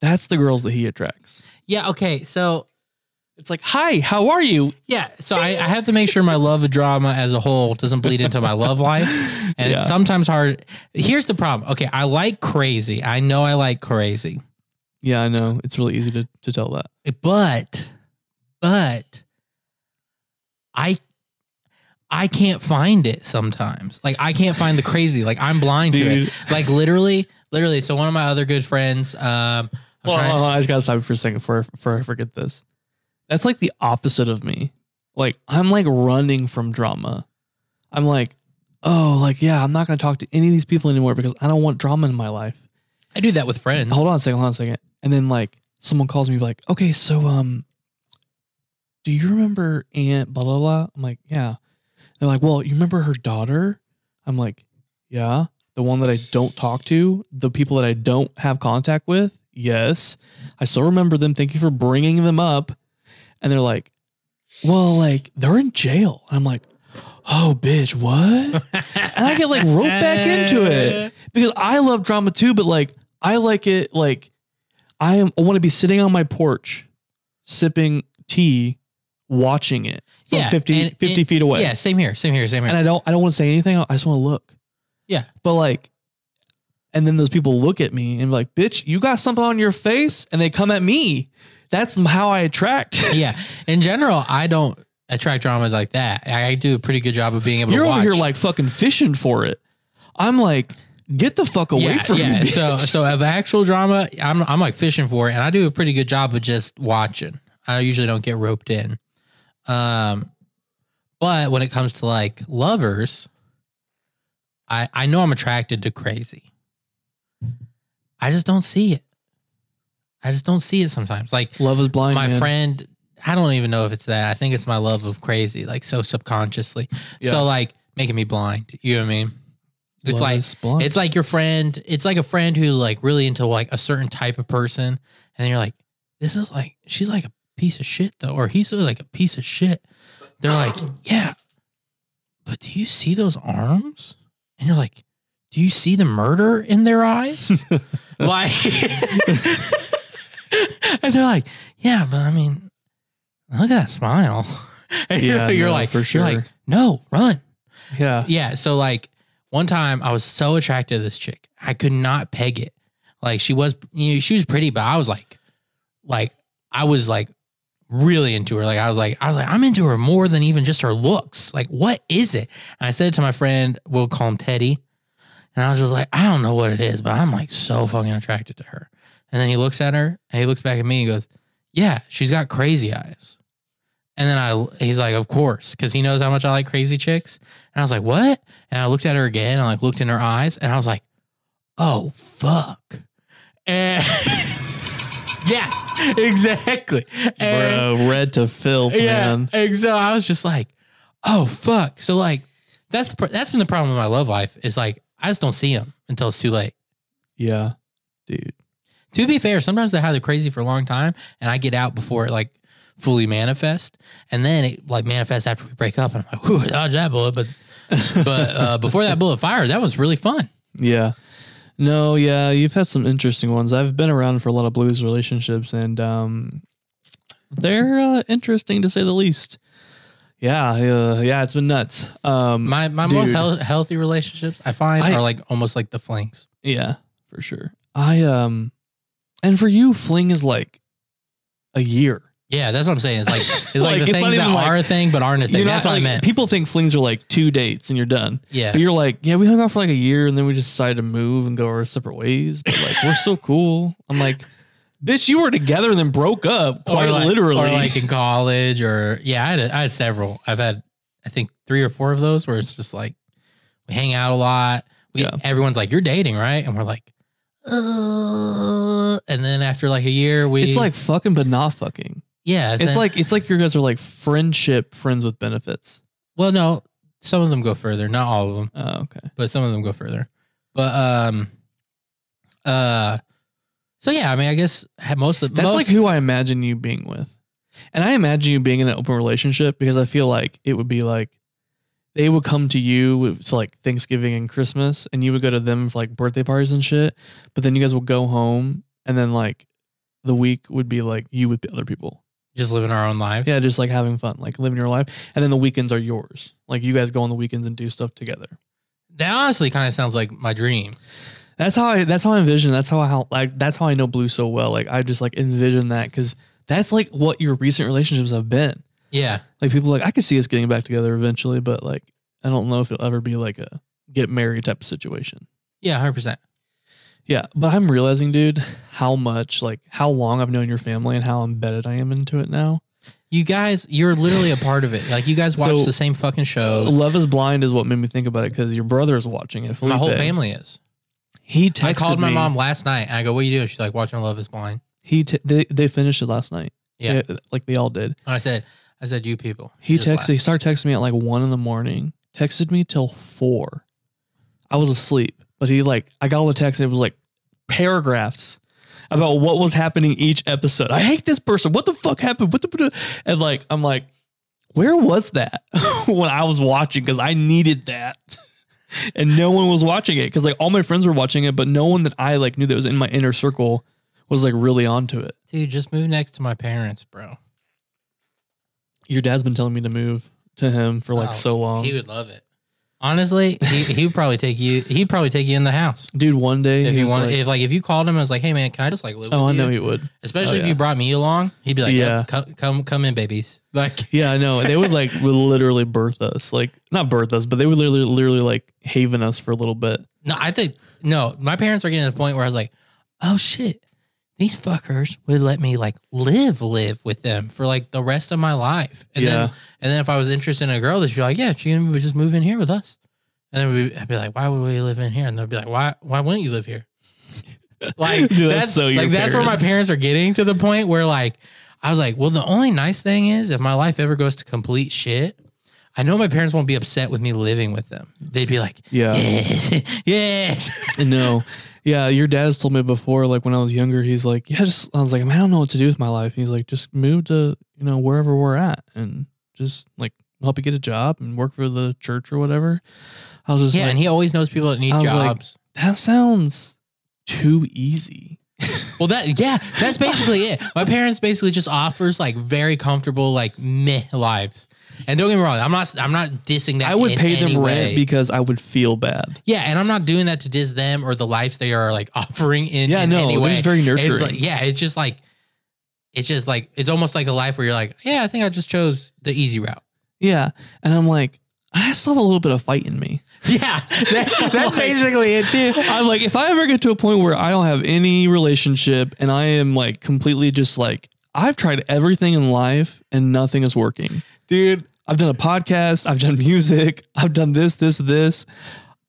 That's the girls that he attracts.
yeah. Okay, so
It's like, hi, how are you?
yeah, so I, I have to make sure my love of drama as a whole doesn't bleed into my love life, and
Yeah.
it's sometimes hard. Here's the problem. Okay, I like crazy. I know I like crazy,
Yeah, I know. It's really easy to, to tell that.
but but I. I can't find it sometimes. Like I can't find the crazy. Like I'm blind to it.
Dude.
like literally, literally. So one of my other good friends, um, I'm
Well,
trying,
I just gotta stop you for a second before, before I forget this. That's like the opposite of me. Like I'm like running from drama. I'm like, oh, like yeah, I'm not gonna talk to any of these people anymore because I don't want drama in my life.
I do that with friends.
Hold on a second, hold on a second. And then like someone calls me like, okay, so um, do you remember Aunt blah blah blah? I'm like, yeah. They're like, well, you remember her daughter? I'm like, yeah. The one that I don't talk to, the people that I don't have contact with, yes. I still remember them. Thank you for bringing them up. And they're like, well, like they're in jail. And I'm like, oh, bitch, what? and I get like roped back into it because I love drama too, but like I like it like I am. I want to be sitting on my porch, sipping tea, watching it from
Yeah,
50,
and-
50 feet away.
Yeah, same here, same here, same here.
And I don't I don't want to say anything. I just want to look.
Yeah.
But like and then those people look at me and be like, "Bitch, you got something on your face," and they come at me. That's how I attract.
yeah, in general, I don't attract dramas like that. I I do a pretty good job of being able
You're
to watch.
over here like fucking fishing for it. I'm like, get the fuck away
yeah,
from
yeah.
me.
So,
bitch."
so of actual drama, I'm I'm like fishing for it, and I do a pretty good job of just watching. I usually don't get roped in. Um, but when it comes to like lovers, I I know I'm attracted to crazy. I just don't see it. I just don't see it sometimes. Like
love is blind.
my
man.
friend i don't even know if it's that i think it's my love of crazy like so subconsciously
Yeah.
so like making me blind you know what i mean it's
Love
like
is blind.
it's like your friend it's like a friend who's like really into like a certain type of person and then you're like this is like she's like a piece of shit though or he's like a piece of shit they're like yeah but do you see those arms and you're like do you see the murder in their eyes like and they're like yeah but i mean look at that smile and
Yeah,
you're, you're
no,
like
for
you're
sure.
like no run
yeah.
yeah. So like one time I was so attracted to this chick. I could not peg it. Like she was you know, she was pretty, but I was like like I was like really into her. Like I was like, I was like, I'm into her more than even just her looks. Like, what is it? And I said it to my friend, we'll call him Teddy. And I was just like, I don't know what it is, but I'm like so fucking attracted to her. And then he looks at her and he looks back at me and goes, Yeah, she's got crazy eyes. And then I he's like, Of course, because he knows how much I like crazy chicks. And I was like, What? And I looked at her again and I like looked in her eyes and I was like, Oh fuck. And yeah, exactly. And-
Bro, red to filth, man.
and so I was just like, oh fuck. So like, that's the pr- that's been the problem with my love life. Is like I just don't see them until it's too late.
Yeah, dude.
To be fair, sometimes they hide the crazy for a long time, and I get out before it like fully manifest, and then it like manifests after we break up. And I'm like, ooh, dodge that bullet, but but uh, before that bullet fired, that was really fun.
Yeah. No, yeah, you've had some interesting ones. I've been around for a lot of blues relationships, and um, they're uh, interesting to say the least. Yeah, uh, yeah, it's been nuts. Um,
My my
Dude.
most heal- healthy relationships I find
I-
are like almost like the flanks.
yeah, for sure. I um, and for you, fling is like a year.
Yeah, that's what I'm saying. It's like it's
Like,
like, the
it's not
things that
even, like-
are a thing but aren't a thing.
You're not,
That's what
like-
I meant.
People think flings are like two dates and you're done.
yeah,
But you're like, yeah, we hung out for like a year and then we just decided to move and go our separate ways. But like, we're so cool. I'm like, bitch, you were together and then broke up
Or
quite
like-
literally.
or like in college, or yeah, I had, I had several. I've had I think three or four of those where it's just like we hang out a lot. We
Yeah.
everyone's like, "You're dating, right?" And we're like, uh, and then after like a year, we
it's like fucking, but not fucking.
yeah,
It's
then-
like, it's like your guys are like friendship friends with benefits.
well, no, some of them go further, not all of them.
Oh, okay.
but some of them go further. But um, uh, so yeah, I mean, I guess ha- most of
That's
most,
like who I imagine you being with. And I imagine you being in an open relationship because I feel like it would be like they would come to you with- to like Thanksgiving and Christmas and you would go to them for like birthday parties and shit. But then you guys would go home and then like the week would be like you with the other people.
just living our own lives.
Yeah, just like having fun, like living your life. And then the weekends are yours. Like you guys go on the weekends and do stuff together.
that honestly kind of sounds like my dream.
That's how I. That's how I envision. That's how I. How like. That's how I know blue so well. Like I just like envision that because that's like what your recent relationships have been.
Yeah,
Like people are like I could see us getting back together eventually, but like I don't know if it'll ever be like a get married type of situation.
yeah, hundred percent.
Yeah, but I'm realizing, dude, how much like how long I've known your family and how embedded I am into it now.
You guys, you're literally a part of it. Like you guys watch
So-
the same fucking shows.
Love is blind is what made me think about it because your brother is watching it.
My whole
Felipe.
family is.
He texted
I called my
me-
mom last night and I go, "What you do?" She's like, "Watching Love Is Blind."
He t- they they finished it last night.
Yeah,
They- like they all did.
and I said, "I said you people."
He
Just
texted.
laugh.
He started texting me at like one in the morning. Texted me till four. I was asleep, but he like I got all the texts. And it was like paragraphs about what was happening each episode. I hate this person. What the fuck happened? What the and like I'm like, where was that when I was watching? Because I needed that. And no one was watching it because like all my friends were watching it, but no one that I like knew that was in my inner circle was like really onto it.
"Dude, just move next to my parents, bro.
Your dad's been telling me to move to him for like
Oh,
so long.
He would love it." Honestly, he, he would probably take you. He'd probably take you in the house.
Dude, one day
if
he
you
was
want,
like,
if like if you called him, I was like, hey man, can I just like live?
oh, I
with
know
you?
he would.
Especially
oh,
if
yeah.
you brought me along, he'd be like,
Yeah.
yeah, come come come in, babies. Like
Yeah, I know. They would like would literally birth us, like not birth us, but they would literally literally like haven us for a little bit.
no, I think no, my parents are getting to the point where I was like, oh shit, these fuckers would let me like live live with them for like the rest of my life, and then
Yeah.
and then if I was interested in a girl, they'd be like, yeah, she would just move in here with us, and then we'd, I'd be like, why would we live in here? And they'd be like, why why wouldn't you live here? Like
Dude, that's so your
like that's where my
parents.
parents are getting to the point where like I was like, well, the only nice thing is if my life ever goes to complete shit, I know my parents won't be upset with me living with them. They'd be like,
Yeah.
yes, yes.
no. Yeah, your dad's told me before, like when I was younger, he's like, Yeah, just I was like, "Man, I don't know what to do with my life. he's like, just move to, you know, wherever we're at and just like help you get a job and work for the church or whatever. I was just
yeah,
like,
and he always knows people that need
I was like-
jobs.
that sounds too easy.
well, that yeah, that's basically it. My parents basically just offers like very comfortable like meh lives. And don't get me wrong, I'm not I'm not dissing that.
I would
in
pay them
any
rent
way.
because I would feel bad.
Yeah, and I'm not doing that to diss them or the lives they are like offering in.
Yeah,
in
no,
any
they're
way.
just very nurturing.
It's like, yeah, it's just like, it's just like, it's almost like a life where you're like, yeah, I think I just chose the easy route.
Yeah. And I'm like, I still have a little bit of fight in me.
Yeah, that- that's basically it too.
I'm like, if I ever get to a point where I don't have any relationship and I am like completely just like, I've tried everything in life and nothing is working.
Dude,
I've done a podcast, I've done music, I've done this, this, this.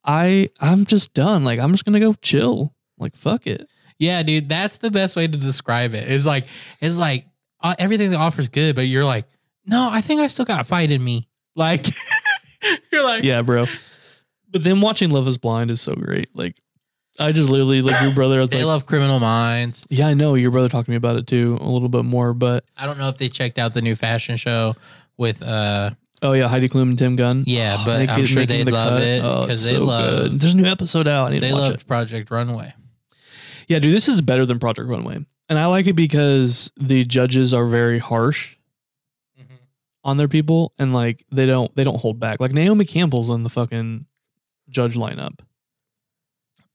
I I'm just done. Like I'm just gonna go chill. Like fuck it.
Yeah, dude, that's the best way to describe it. It's like it's like uh, everything they offer is good, but you're like, no, I think I still got fight in me. Like, you're like,
Yeah, bro. But then watching Love is Blind is so great. Like I just literally like your brother, I was
they
like
love Criminal Minds.
Yeah, I know your brother talked to me about it too a little bit more, but
I don't know if they checked out the new fashion show with uh
Oh yeah, Heidi Klum and Tim Gunn.
Yeah, but
they
I'm
keep
sure
Oh, making
they'd
the
love it,
Oh,
'cause
it's
they love-
There's a new episode out. I need
they
to watch
loved
it.
Project Runway.
Yeah, dude, this is better than Project Runway, and I like it because the judges are very harsh. on their people and like they don't they don't hold back. Like Naomi Campbell's on the fucking judge lineup.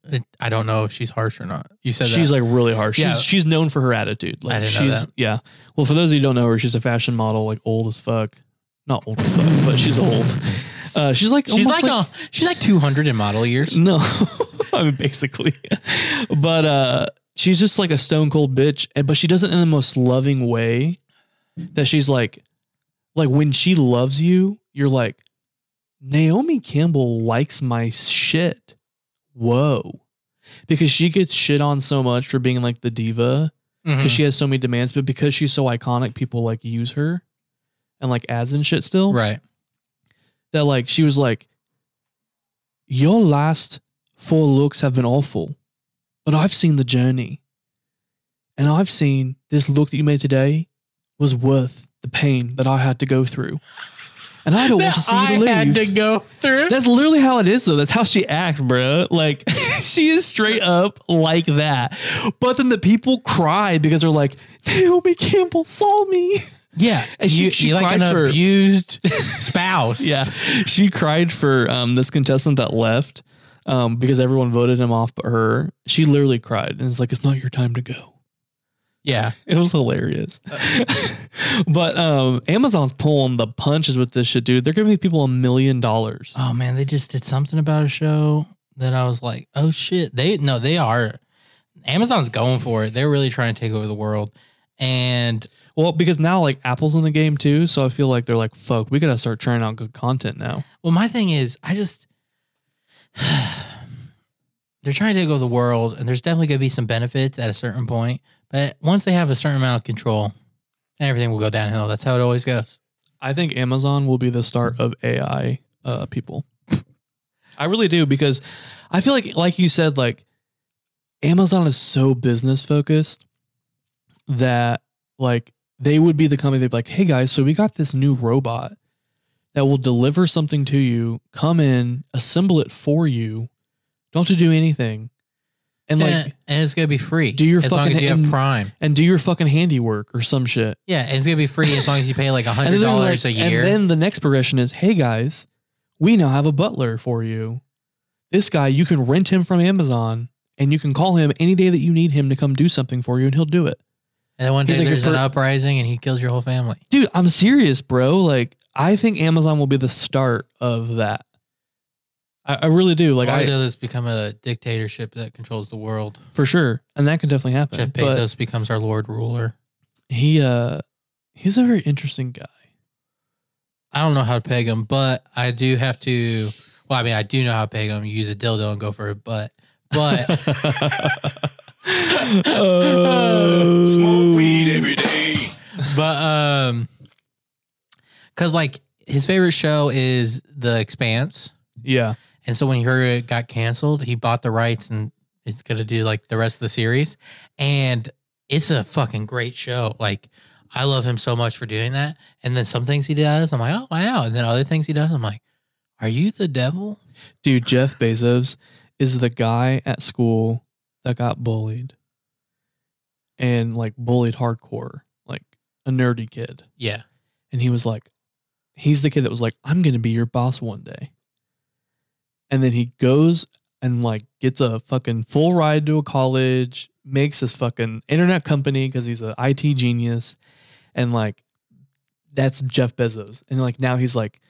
It- I don't know if she's harsh or not. You said
she's like really harsh.
Yeah.
She's she's known for her attitude. Like
I didn't know
she's
that.
yeah. Well, for those of you who don't know her, she's a fashion model, like old as fuck. Not old as fuck, but she's old. Uh, she's like
she's
almost
like, a, she's like 200 in model years.
No, I mean basically, but uh, she's just like a stone cold bitch, and but she does it in the most loving way. That she's like, like when she loves you, you're like, Naomi Campbell likes my shit. Whoa, because she gets shit on so much for being like the diva
Mm-hmm.
because she has so many demands, but because she's so iconic, people like use her and like ads and shit still
right.
that like she was like, Your last four looks have been awful, but I've seen the journey. And I've seen this look that you made today was worth the pain that I had to go through. And I don't want to see you to leave.
go through.
That's literally how it is, though. That's how she acts, bro. Like she is straight up like that. But then the people cried because they're like, Naomi Campbell saw me.
yeah,
And she-
you,
she
you like
cried
an
for-
abused spouse.
Yeah, she cried for um, this contestant that left um, because everyone voted him off, but her. She literally cried and it's like, "It's not your time to go."
yeah.
It was hilarious. but um, Amazon's pulling the punches with this shit, dude. They're giving these people a million dollars.
Oh man, they just did something about a show that I was like, oh shit. They no, they are. Amazon's going for it. They're really trying to take over the world, and
Well, because now like Apple's in the game too, so I feel like they're like, "Fuck, we gotta start churning out good content now."
Well, my thing is, I just they're trying to take over the world, and there's definitely going to be some benefits at a certain point. But once they have a certain amount of control, everything will go downhill. That's how it always goes.
I think Amazon will be the start of AI uh, people. I really do because I feel like, like you said, like Amazon is so business focused that like they would be the company they'd be like, hey guys, so we got this new robot that will deliver something to you, come in, assemble it for you, don't have to do anything, and
And,
like
and it's going to be free.
Do your
as long
fucking-
as you have
and-
Prime.
and do your fucking handiwork or some shit.
Yeah, and it's going to be free as long as you pay like
And
hundred
then they're
dollars a
like-
year.
And then the next progression is, hey guys, we now have a butler for you. This guy, you can rent him from Amazon and you can call him any day that you need him to come do something for you and he'll do it.
And then one day
he's like a
there's an
per-
uprising, and he kills your whole family.
Dude, I'm serious, bro. Like, I think Amazon will be the start of that. I, I really do. Like,
Like, or
I,
they'll just become a dictatorship that controls the world.
for sure. And that can definitely happen.
Jeff
But
Bezos becomes our lord ruler.
he, uh, he's a very interesting guy.
I don't know how to peg him, but I do have to. Well, I mean, I do know how to peg him. You use a dildo and go for a butt. But
Oh.
Smoke weed every day.
but um, because like his favorite show is The Expanse,
Yeah.
and so when he heard it got canceled, he bought the rights and is gonna do like the rest of the series, and it's a fucking great show. Like I love him so much for doing that. And then some things he does, I'm like, oh wow. And then other things he does, I'm like, are you the devil?
Dude, Jeff Bezos is the guy at school that got bullied and like bullied hardcore, like a nerdy kid.
Yeah.
And he was like, he's the kid that was like, I'm going to be your boss one day. And then he goes and like gets a fucking full ride to a college, makes his fucking internet company because he's an IT genius. And like, that's Jeff Bezos. And like, now he's like,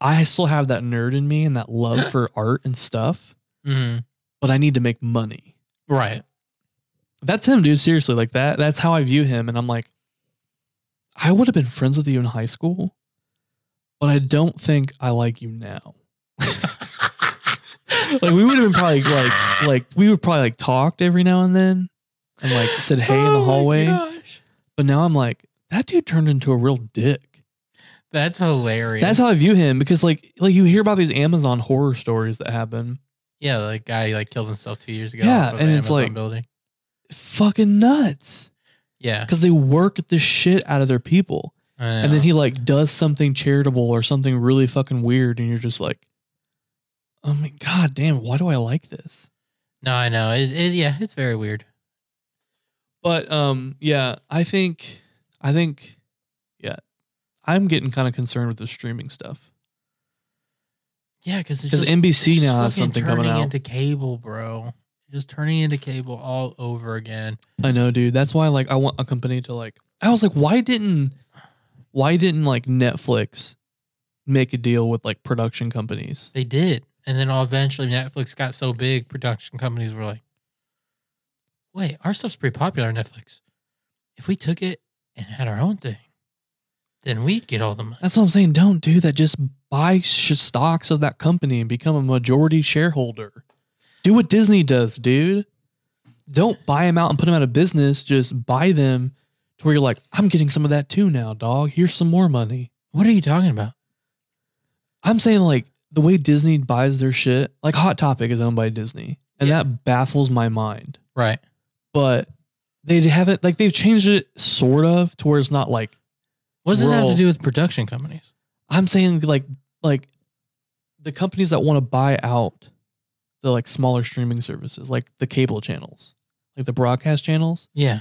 I still have that nerd in me and that love for art and stuff,
hmm
but I need to make money
Right.
that's him, dude. Seriously, like that. That's how I view him. And I'm like, I would have been friends with you in high school, but I don't think I like you now. like we would have been probably like like we would probably like talked every now and then and like said hey in
Oh
the
my
hallway.
gosh.
But now I'm like, that dude turned into a real dick.
That's hilarious.
That's how I view him because like like you hear about these Amazon horror stories that happen.
Yeah, the guy like killed himself two years ago.
Yeah,
off of
and
the
it's
Amazon
like-
building.
Fucking nuts.
Yeah,
Because they work the shit out of their people. And then he like does something charitable or something really fucking weird, and you're just like, oh my god, damn, why do I like this?
no, I know. It, it, yeah, it's very weird.
But um, yeah, I think, I think, yeah, I'm getting kind of concerned with the streaming stuff
Yeah, because
because NBC now has something
turning
coming out.
into cable, bro. Just turning into cable all over again.
I know, dude. That's why like I want a company to like I was like, why didn't why didn't like Netflix make a deal with like production companies?
They did, and then all eventually Netflix got so big, production companies were like, "Wait, our stuff's pretty popular on Netflix. If we took it and had our own thing, then we'd get all the money."
That's what I'm saying. Don't do that. Just buy sh- stocks of that company and become a majority shareholder. Do what Disney does, dude. Don't buy them out and put them out of business. Just buy them to where you're like, I'm getting some of that too now, dog. Here's some more money.
What are you talking about?
I'm saying like the way Disney buys their shit, like Hot Topic is owned by Disney, and
Yeah.
that baffles my mind.
Right.
But they haven't like they've changed it sort of to where it's not like
What does it have
We're all-
to do with production companies?
I'm saying like like the companies that want to buy out the like smaller streaming services, like the cable channels, like the broadcast channels,
Yeah.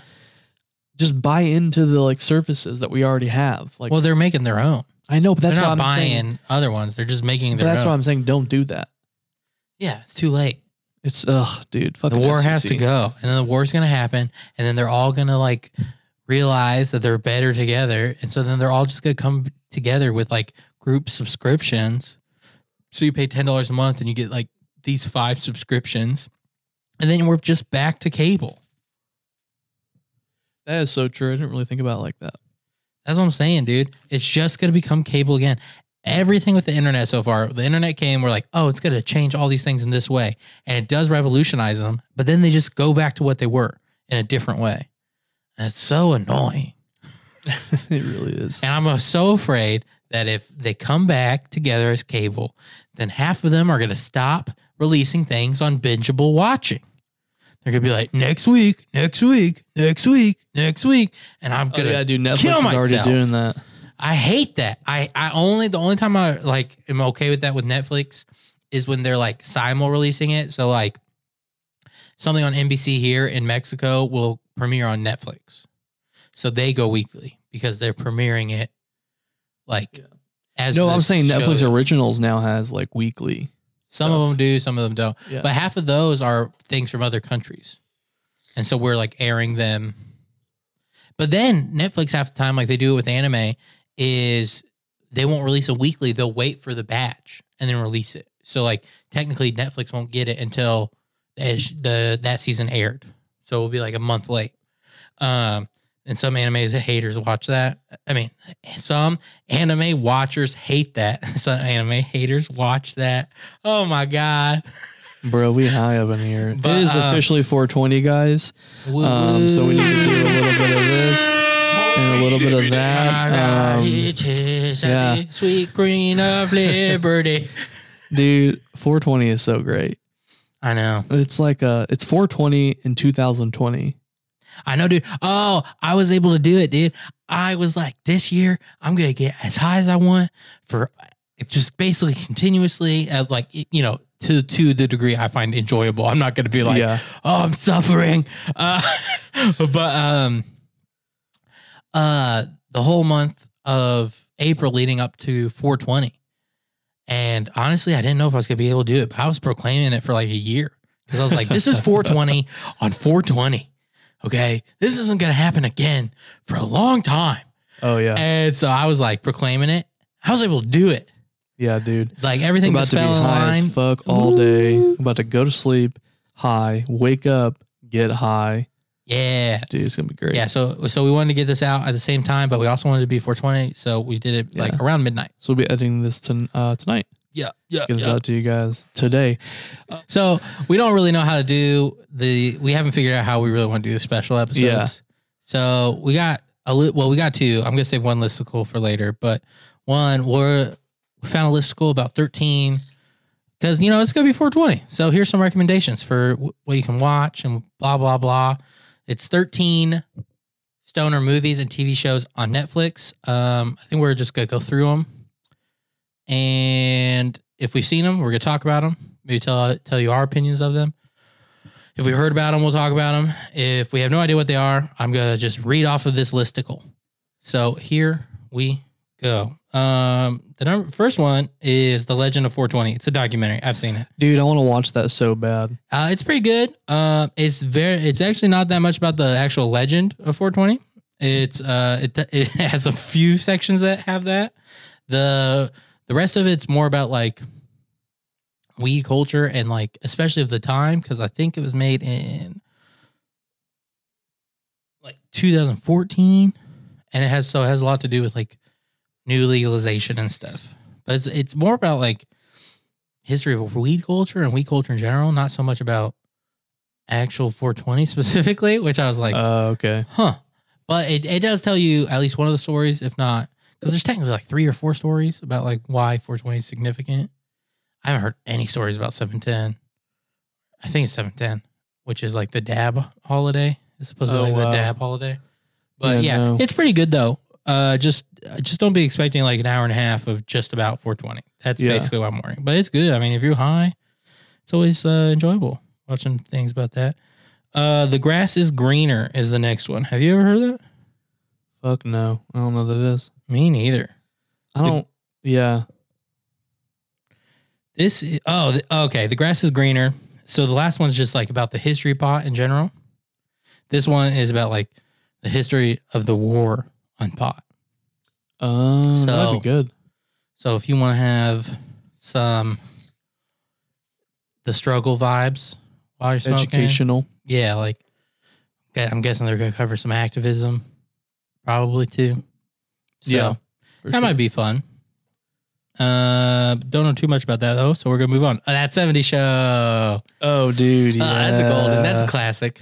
just buy into the like services that we already have. Like
well, they're making their own.
I know, but that's
they're
what
not
I'm
buying
saying.
other ones. They're just making
But
their
that's
own.
what I'm saying. Don't do that.
yeah, it's too late.
It's ugh, dude.
The
Fucking E
war has to
FCC.
go, and then the war's gonna happen, and then they're all gonna like realize that they're better together, and so then they're all just gonna come together with like group subscriptions. So you pay ten dollars a month, and you get like these five subscriptions, and then we're just back to cable.
That is so true. I didn't really think about it like that.
That's what I'm saying, dude. It's just gonna become cable again. Everything with the internet so far, the internet came, we're like, oh, it's gonna change all these things in this way. And it does revolutionize them, but then they just go back to what they were in a different way. And it's so annoying.
it really is.
And I'm uh, so afraid that if they come back together as cable, then half of them are gonna stop releasing things on bingeable watching. They're gonna be like, next week, next week, next week, next week. And I'm
Oh,
gonna
yeah, dude. Netflix
kill
is already
myself.
doing that.
I hate that. I, I only the only time I like am okay with that with Netflix is when they're like simul releasing it. So like something on NBC here in Mexico will premiere on Netflix. So they go weekly because they're premiering it like
Yeah.
as
No,
the
I'm saying Netflix
show.
Originals now has like weekly.
some of them do, some of them don't.
Yeah.
But half of those are things from other countries. And so we're like airing them. But then Netflix half the time, like they do it with anime, is they won't release a weekly. They'll wait for the batch and then release it. So like technically Netflix won't get it until as the that season aired. So it'll be like a month late. Um and some anime haters watch that. I mean, some anime watchers hate that. Some anime haters watch that. Oh my god.
Bro, we high up in here.
But,
it is
uh,
officially 420, guys. Um, so we need to do a little bit of this and a little bit of that. Um, yeah.
yeah. Sweet green of liberty.
dude, 420 is so great.
I know.
It's like a, it's 420 in 2020.
I know, dude. Oh, I was able to do it, dude. I was like, this year, I'm going to get as high as I want for it's just basically continuously, as like, you know, to, to the degree I find enjoyable. I'm not going to be like,
yeah.
oh i'm suffering uh, but um uh the whole month of april leading up to 420 and honestly i didn't know if i was gonna be able to do it but i was proclaiming it for like a year because i was like this is 420 on 420 okay this isn't gonna happen again for a long time
Oh, yeah.
and so i was like proclaiming it i was able to do it
yeah, dude.
like everything
I'm about
just
to be
fell in
high
line
as fuck all day. I'm about to go to sleep, high, wake up, get high.
yeah
Dude, it's going to be great.
Yeah, so so we wanted to get this out at the same time, but we also wanted to be 420, so we did it like
Yeah.
around midnight.
So we'll be editing this ton uh, tonight.
Yeah, yeah,
Get this out to you guys today.
So we don't really know how to do the. We haven't figured out how we really want to do the special episodes.
Yeah.
So we got a li- well, we got two. I'm gonna save one listicle for later, but one we're we found a listicle about 13 because you know it's gonna be 420. So here's some recommendations for w- what you can watch and blah blah blah. It's 13 stoner movies and TV shows on Netflix. Um, I think we're just gonna go through them, and if we've seen them, we're gonna talk about them. Maybe tell tell you our opinions of them. If we heard about them, we'll talk about them. If we have no idea what they are, I'm gonna just read off of this listicle. So here we go. Um, the number, first one is The Legend of 420. It's a documentary. I've seen it.
Dude, I want to watch that so bad.
Uh, it's pretty good. Uh, it's very. It's actually not that much about the actual legend of 420. It's uh, it it has a few sections that have that. The the rest of it's more about like weed culture and like especially of the time because I think it was made in like 2014, and it has so it has a lot to do with like new legalization and stuff. But it's it's more about like history of weed culture and weed culture in general, not so much about actual 420 specifically, which I was like,
Uh, okay.
huh. But it, it does tell you at least one of the stories, if not, because there's technically like three or four stories about like why 420 is significant. I haven't heard any stories about 710. I think it's 710, which is like the dab holiday. It's supposed to be
Oh,
like
wow.
the dab holiday. But
Yeah,
yeah,
no.
it's pretty good though. Uh, just just don't be expecting like an hour and a half of just about 420. That's
Yeah.
basically what I'm worrying. But it's good. I mean, if you're high, it's always uh, enjoyable watching things about that. Uh, the grass is greener is the next one. Have you ever heard of that?
Fuck no. I don't know what that is.
Me neither.
I don't. Yeah.
This is, oh th- okay. The grass is greener. So the last one's just like about the history pot in general. This one is about like the history of the war on pot.
Um,
So-
that'd be good.
So if you want to have some the struggle vibes while you're smoking,
Educational.
yeah, like okay, I'm guessing they're gonna cover some activism, probably too. So
Yeah, for
that
sure.
might be fun. Uh, don't know too much about that though, so we're gonna move on. Uh, that 70 show.
Oh, dude. Yeah.
Uh, that's a golden. That's a classic.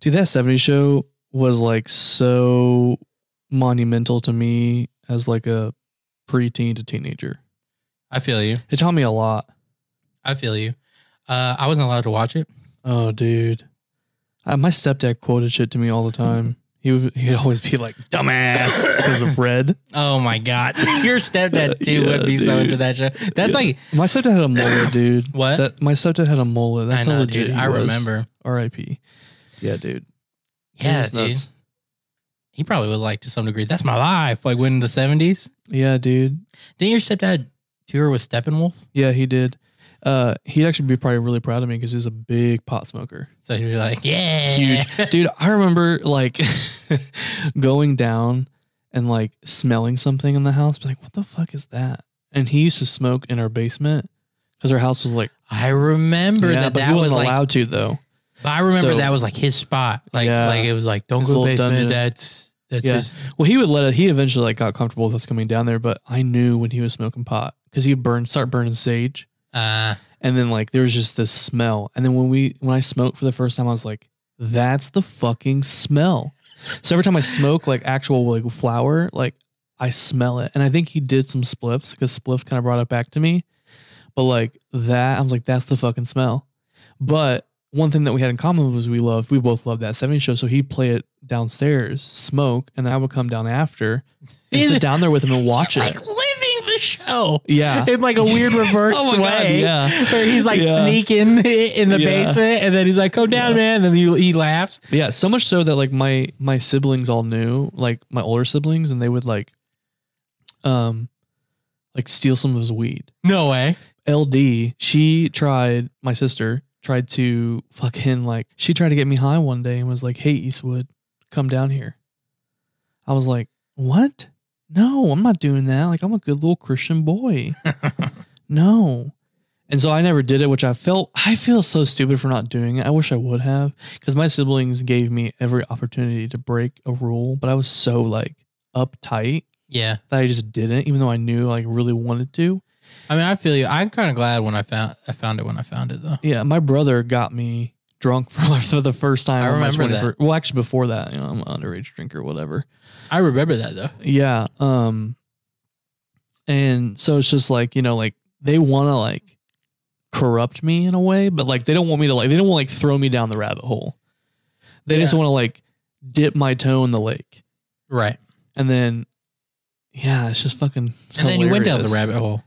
dude, that 70s show was like so monumental to me as like a preteen to teenager.
I feel you.
It taught me a lot.
I feel you. Uh, I wasn't allowed to watch it.
Oh, dude. I, my stepdad quoted shit to me all the time. He would he'd always be like dumbass because of red.
Oh my god, your stepdad too
Yeah,
would be so
dude.
into that show. That's like
My stepdad had a mullet, dude.
What?
That, my stepdad had a mullet. That's
I know,
how legit
dude.
he
I
was.
remember.
R.I.P. Yeah, dude. He
Yeah,
was
dude.
nuts.
He probably would like to some degree. That's my life. Like when in the seventies.
Yeah, dude.
Didn't your stepdad tour with Steppenwolf?
Yeah, he did. Uh, he'd actually be probably really proud of me because he's a big pot smoker.
So he'd be like, yeah.
Huge. Dude, I remember like going down and like smelling something in the house, be like, what the fuck is that? And he used to smoke in our basement because our house was like,
I remember
yeah,
that
but
that
he
was
wasn't
like,
allowed to though.
but I remember
So-
that was like his spot. Like,
Yeah.
like it was like, don't
His
go to the
little
basement.
dungeon.
That's, that's
Yeah.
just,
Well, he would let it. He eventually like got comfortable with us coming down there, but I knew when he was smoking pot because he'd burn, start burning sage,
uh,
and then like there was just this smell. And then when we when I smoked for the first time, I was like, "That's the fucking smell." So every time I smoke like actual like flower, like I smell it. And I think he did some spliffs because spliffs kind of brought it back to me. But like that, I was like, "That's the fucking smell." But one thing that we had in common was we loved we both loved that 70 show. So he'd play it downstairs, smoke, and then I would come down after and sit down there with him and watch
like
it.
living the show.
Yeah.
In like a weird reverse
Oh my God,
way,
yeah.
where he's like
Yeah.
sneaking in the
Yeah.
basement, and then he's like, "Come down,
Yeah.
man!" And then he, he laughs.
Yeah, so much so that like my my siblings all knew, like my older siblings, and they would like, um, like steal some of his weed.
No way.
LD, she tried. My sister tried to fucking like she tried to get me high one day and was like, "Hey Eastwood, come down here." I was like, "What? No, I'm not doing that. Like I'm a good little Christian boy. no." And so I never did it, which I felt I feel so stupid for not doing it. I wish I would have because my siblings gave me every opportunity to break a rule, but I was so like uptight
Yeah.
that I just didn't, even though I knew like really wanted to.
I mean, I feel you. I'm kind of glad when I found I found it when I found it though.
Yeah, my brother got me drunk for, for the first time.
I
on my
remember that.
21st Well, actually, before that, you know, I'm an underage drinker, whatever.
I remember that though.
Yeah. Um. And so it's just like you know, like they want to like corrupt me in a way, but like they don't want me to like they don't want like throw me down the rabbit hole. They just
Yeah.
want to like dip my toe in the lake,
Right.
and then yeah, it's just fucking.
And then you went down the
hilarious.
rabbit hole.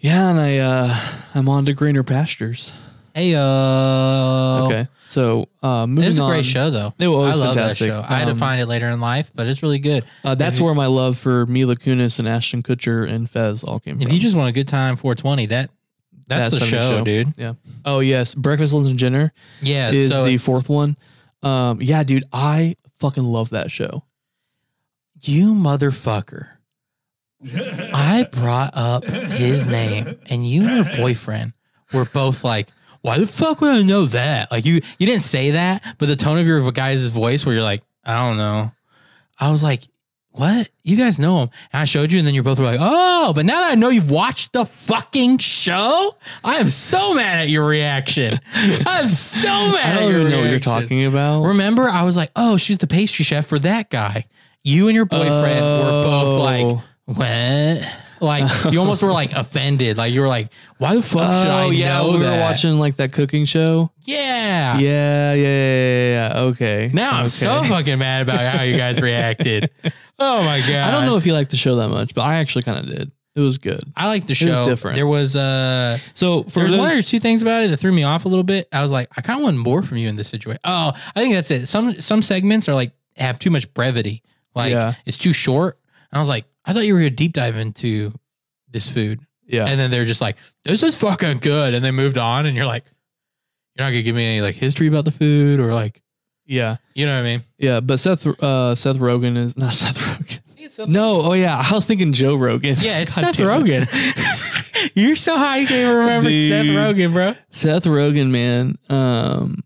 Yeah, and I uh I'm on to greener pastures.
Hey, uh,
Okay. So uh, moving
It's a great
on.
show, though.
It was
I love
fantastic.
that show. I had to
Um,
find it later in life, but it's really good.
Uh, that's
If you-
where my love for Mila Kunis and Ashton Kutcher and Fez all came
If
from.
you just want a good time, 420. That that's, the
That's the
show,
show.
dude.
oh yes, Breakfast, Lunch, and Dinner
Yeah.
is
so
the fourth one. Um, yeah, dude, I fucking love that show.
you motherfucker. I brought up his name, and you and your boyfriend were both like, "Why the fuck would I know that?" Like you, you didn't say that, but the tone of your guy's voice, where you're like, "I don't know." I was like, "What? You guys know him?" And I showed you, and then you're both were like, "Oh!" But now that I know you've watched the fucking show, I am so mad at your reaction. I'm so
I
mad.
don't
at your
even know what you're
reaction.
talking about.
Remember, I was like, "Oh, she's the pastry chef for that guy." You and your boyfriend were both like,
Oh.
what? Like you almost were like offended. Like you were like, why the fuck should I
Oh yeah,
know
we were
that?
watching like that cooking show.
Yeah.
Yeah, yeah, yeah, yeah, yeah. Okay.
Now I'm so
Okay.
fucking mad about how you guys reacted. Oh my god.
I don't know if you liked the show that much, but I actually kind of did. It was good.
I like the
was
show.
different.
There was uh
So for
there was
those-
one or two things about it that threw me off a little bit. I was like, I kind of wanted more from you in this situation. Oh, I think that's it. Some some segments are like have too much brevity. Like
Yeah.
it's too short. And I was like, I thought you were gonna deep dive into this food.
yeah,
And then they're just like, this is fucking good. And they moved on. And you're like, you're not going to give me any like history about the food or like,
yeah,
you know what I mean?
yeah. But Seth, uh, Seth Rogen is not Seth Rogen. No, oh yeah, I was thinking Joe Rogan.
Yeah, it's
God
Seth
damn it.
Rogen. you're so high you can't remember Seth
Dude.
Rogen, bro.
Seth Rogen, man. Um,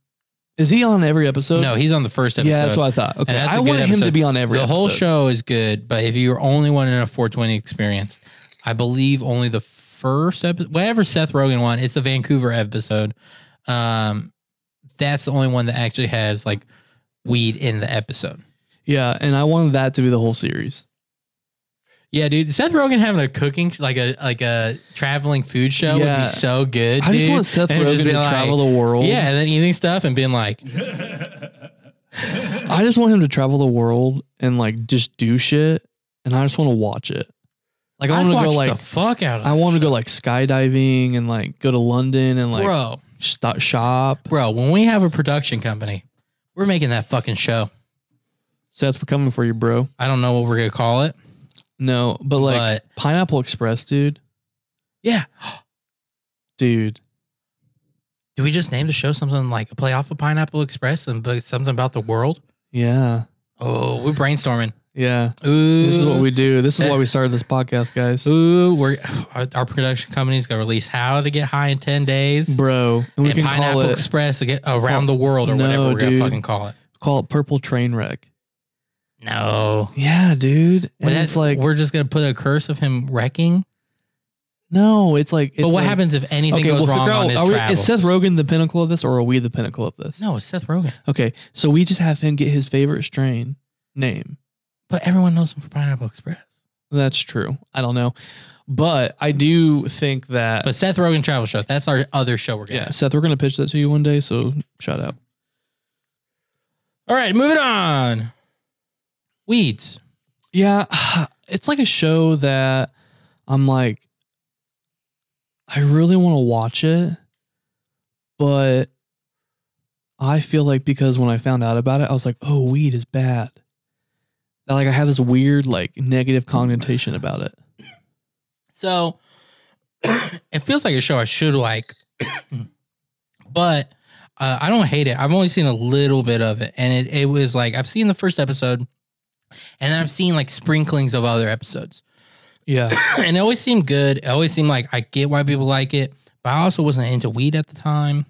is he on every episode?
No, he's on the first episode.
yeah, that's what I thought. Okay,
that's a
I
good
wanted him
episode.
to be on every.
the whole
episode.
show is good. But if you only wanting a 420 experience, I believe only the first episode, whatever Seth Rogen one, it's the Vancouver episode. Um, that's the only one that actually has like weed in the episode.
Yeah, and I wanted that to be the whole series.
Yeah, dude. Seth Rogen having a cooking like a like a traveling food show would
Yeah.
be so good.
I just
dude.
want Seth
And
Rogen
just
to
being like-
travel the world.
Yeah, and then eating stuff and being like,
I just want him to travel the world and like just do shit, and I just want to watch it. Like I
I'd
want to go
watch
like
the fuck out of.
I want to go like skydiving and like go to London and like
bro,
sto- shop.
bro. When we have a production company, we're making that fucking show.
Seth, we're coming for you, bro.
I don't know what we're gonna call it.
No, but like
But-
Pineapple Express, dude,
Yeah.
dude.
Do we just name the show something like a play off of Pineapple Express and but something about the world?
Yeah,
Oh, we're brainstorming.
yeah.
Ooh,
This is what we do. This is why we started this podcast, guys.
Ooh, we're our, our production company's gonna release how to get high in ten days.
Bro, and we
and
can
Pineapple
call it
Express to get around the world or
No,
whatever we're gonna
dude.
fucking call it.
call it Purple Train Wreck.
No.
Yeah, dude. And
Well,
it's
that's-
like
we're just gonna put a curse of him wrecking.
no, it's like. It's
but what
like-
happens if anything goes
we'll
wrong
figure
on
out-
his
are we-
travels?
Is Seth Rogen the pinnacle of this, or are we the pinnacle of this?
No, it's Seth Rogen.
Okay, so we just have him get his favorite strain name.
But everyone knows him for Pineapple Express.
That's true. I don't know, but I do think that.
But Seth Rogen travel show. That's our other show we're
yeah.
gonna. have.
Seth, we're gonna pitch that to you one day. So shout out.
All right, moving on. Weeds.
Yeah, it's like a show that I'm like, I really want to watch it, but I feel like because when I found out about it, I was like, oh, weed is bad. That, Like I had this weird like negative connotation about it.
So it feels like a show I should like, but uh, I don't hate it. I've only seen a little bit of it, and it, it was like I've seen the first episode, and then I've seen like sprinklings of other episodes,
Yeah,
and it always seemed good. It always seemed like I get why people like it, but I also wasn't into weed at the time,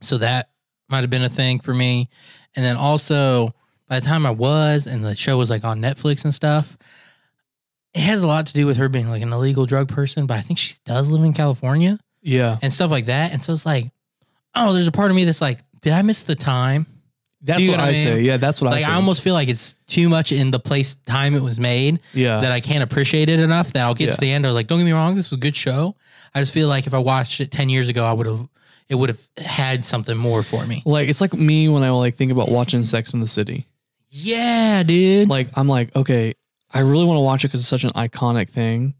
so that might have been a thing for me. And then also by the time I was, and the show was like on Netflix and stuff, it has a lot to do with her being like an illegal drug person, but I think she does live in California
yeah.
and stuff like that. And so it's like, oh, there's a part of me that's like, did I miss the time?
That's
Do you
what
know
I,
what I
say.
mean?
Yeah, that's what
Like,
I.
I
think.
almost feel like it's too much in the place time it was made
Yeah,
Uh, that I can't appreciate it enough that I'll get
Yeah.
to the end. I was like, don't get me wrong, this was a good show. I just feel like if I watched it 10 years ago, I would have, it would have had something more for me.
like it's like me when I like think about watching Sex in the City.
Yeah, dude.
like I'm like, okay, I really want to watch it because it's such an iconic thing.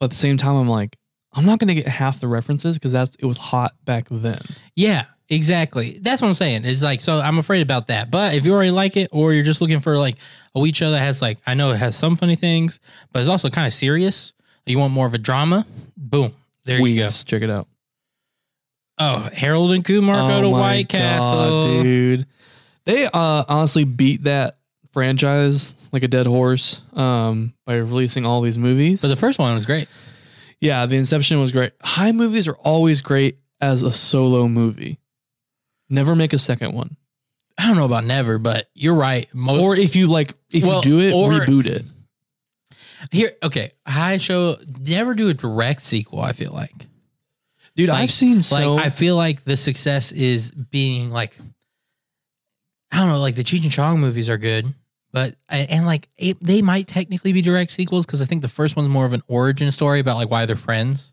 But at the same time, I'm like, I'm not gonna get half the references because that's it was hot back then.
Yeah, exactly. That's what I'm saying. It's like so I'm afraid about that. But if you already like it, or you're just looking for like a weed show that has like I know it has some funny things, but it's also kind of serious. You want more of a drama? Boom. There you go.
Weeds. Check it out. Oh
Oh, Harold and Kumar go to
my
White
God,
Castle.
dude. They uh, honestly beat that franchise like a dead horse um, by releasing all these movies.
But the first one was great.
yeah, The Inception was great. High movies are always great as a solo movie. Never make a second one.
I don't know about never, but you're right. Mo-
Or if you like, if
Well,
you do it,
or-
reboot it.
here, okay, high show never do a direct sequel. I feel like,
Dude,
Like-
I've seen so.
like I feel like the success is being like, I don't know, like the Cheech and Chong movies are good, but and, and like it, they might technically be direct sequels because I think the first one's more of an origin story about like why they're friends,